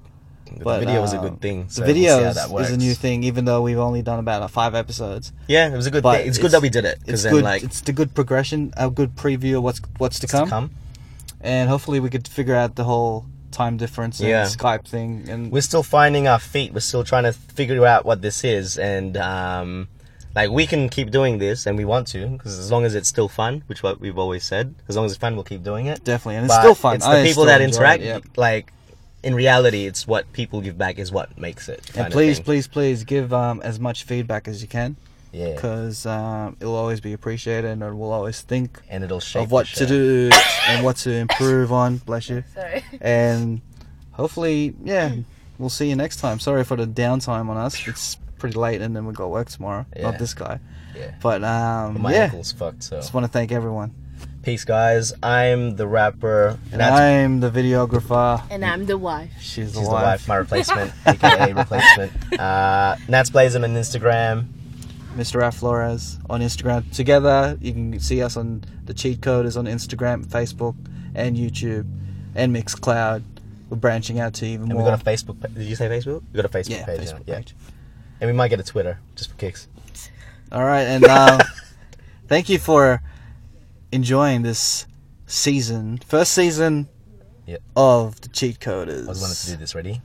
[SPEAKER 3] But,
[SPEAKER 2] the video was a
[SPEAKER 3] um,
[SPEAKER 2] good thing. So
[SPEAKER 3] the
[SPEAKER 2] we'll see how
[SPEAKER 3] videos
[SPEAKER 2] that
[SPEAKER 3] is a
[SPEAKER 2] works.
[SPEAKER 3] new thing, even though we've only done about uh, five episodes.
[SPEAKER 2] Yeah, it was a good
[SPEAKER 3] But
[SPEAKER 2] thing. It's,
[SPEAKER 3] it's-
[SPEAKER 2] good that we did it.
[SPEAKER 3] It's
[SPEAKER 2] Because then,
[SPEAKER 3] good.
[SPEAKER 2] like,
[SPEAKER 3] it's the good progression, a good preview of what's what's to,
[SPEAKER 2] it's
[SPEAKER 3] come, and hopefully we could figure out the whole time difference and
[SPEAKER 2] Yeah.
[SPEAKER 3] Skype thing. And
[SPEAKER 2] We're still finding our feet. We're still trying to figure out what this is. And, um, like, we can keep doing this, and we want to, because as long as it's still fun, which what we've always said, as long as it's fun, we'll keep doing it.
[SPEAKER 3] definitely, and it's
[SPEAKER 2] But
[SPEAKER 3] still fun.
[SPEAKER 2] It's the
[SPEAKER 3] I
[SPEAKER 2] people
[SPEAKER 3] still
[SPEAKER 2] that
[SPEAKER 3] enjoy it,
[SPEAKER 2] interact.
[SPEAKER 3] yep.
[SPEAKER 2] Like in reality, it's what people give back is what makes it.
[SPEAKER 3] And
[SPEAKER 2] kind of
[SPEAKER 3] please,
[SPEAKER 2] thing.
[SPEAKER 3] please, please give um, as much feedback as you can
[SPEAKER 2] yeah.
[SPEAKER 3] because um, it'll always be appreciated and we'll always think
[SPEAKER 2] and it'll shape
[SPEAKER 3] of what
[SPEAKER 2] the
[SPEAKER 3] to
[SPEAKER 2] show.
[SPEAKER 3] do and what to improve on. Bless you.
[SPEAKER 5] Sorry.
[SPEAKER 3] And hopefully, yeah, we'll see you next time. Sorry for the downtime on us. It's pretty late and then we got work tomorrow.
[SPEAKER 2] Yeah.
[SPEAKER 3] Not this guy.
[SPEAKER 2] Yeah.
[SPEAKER 3] But um,
[SPEAKER 2] My
[SPEAKER 3] yeah,
[SPEAKER 2] ankle's fucked. So
[SPEAKER 3] just want to thank everyone.
[SPEAKER 2] peace, guys. I'm the rapper.
[SPEAKER 3] And
[SPEAKER 2] that's-
[SPEAKER 3] I'm the videographer.
[SPEAKER 5] And I'm the wife.
[SPEAKER 3] She's the,
[SPEAKER 2] She's the wife,
[SPEAKER 3] wife.
[SPEAKER 2] my
[SPEAKER 3] [LAUGHS]
[SPEAKER 2] replacement, aka replacement. Uh, Nats Blazem on Instagram.
[SPEAKER 3] Mr. Raf Flores on Instagram. Together, you can see us on the cheat code is on Instagram, Facebook, and YouTube, and Mixcloud. We're branching out to even
[SPEAKER 2] And
[SPEAKER 3] more.
[SPEAKER 2] we got a Facebook. Pa- Did you say Facebook? We got a Facebook
[SPEAKER 3] yeah,
[SPEAKER 2] page. now,
[SPEAKER 3] Facebook
[SPEAKER 2] yeah.
[SPEAKER 3] page.
[SPEAKER 2] And we might get a Twitter just for kicks.
[SPEAKER 3] All right, and um,
[SPEAKER 2] [LAUGHS]
[SPEAKER 3] thank you for enjoying this season, first season
[SPEAKER 2] Yeah.
[SPEAKER 3] of the cheat coders.
[SPEAKER 2] I was wanted to do this. Ready?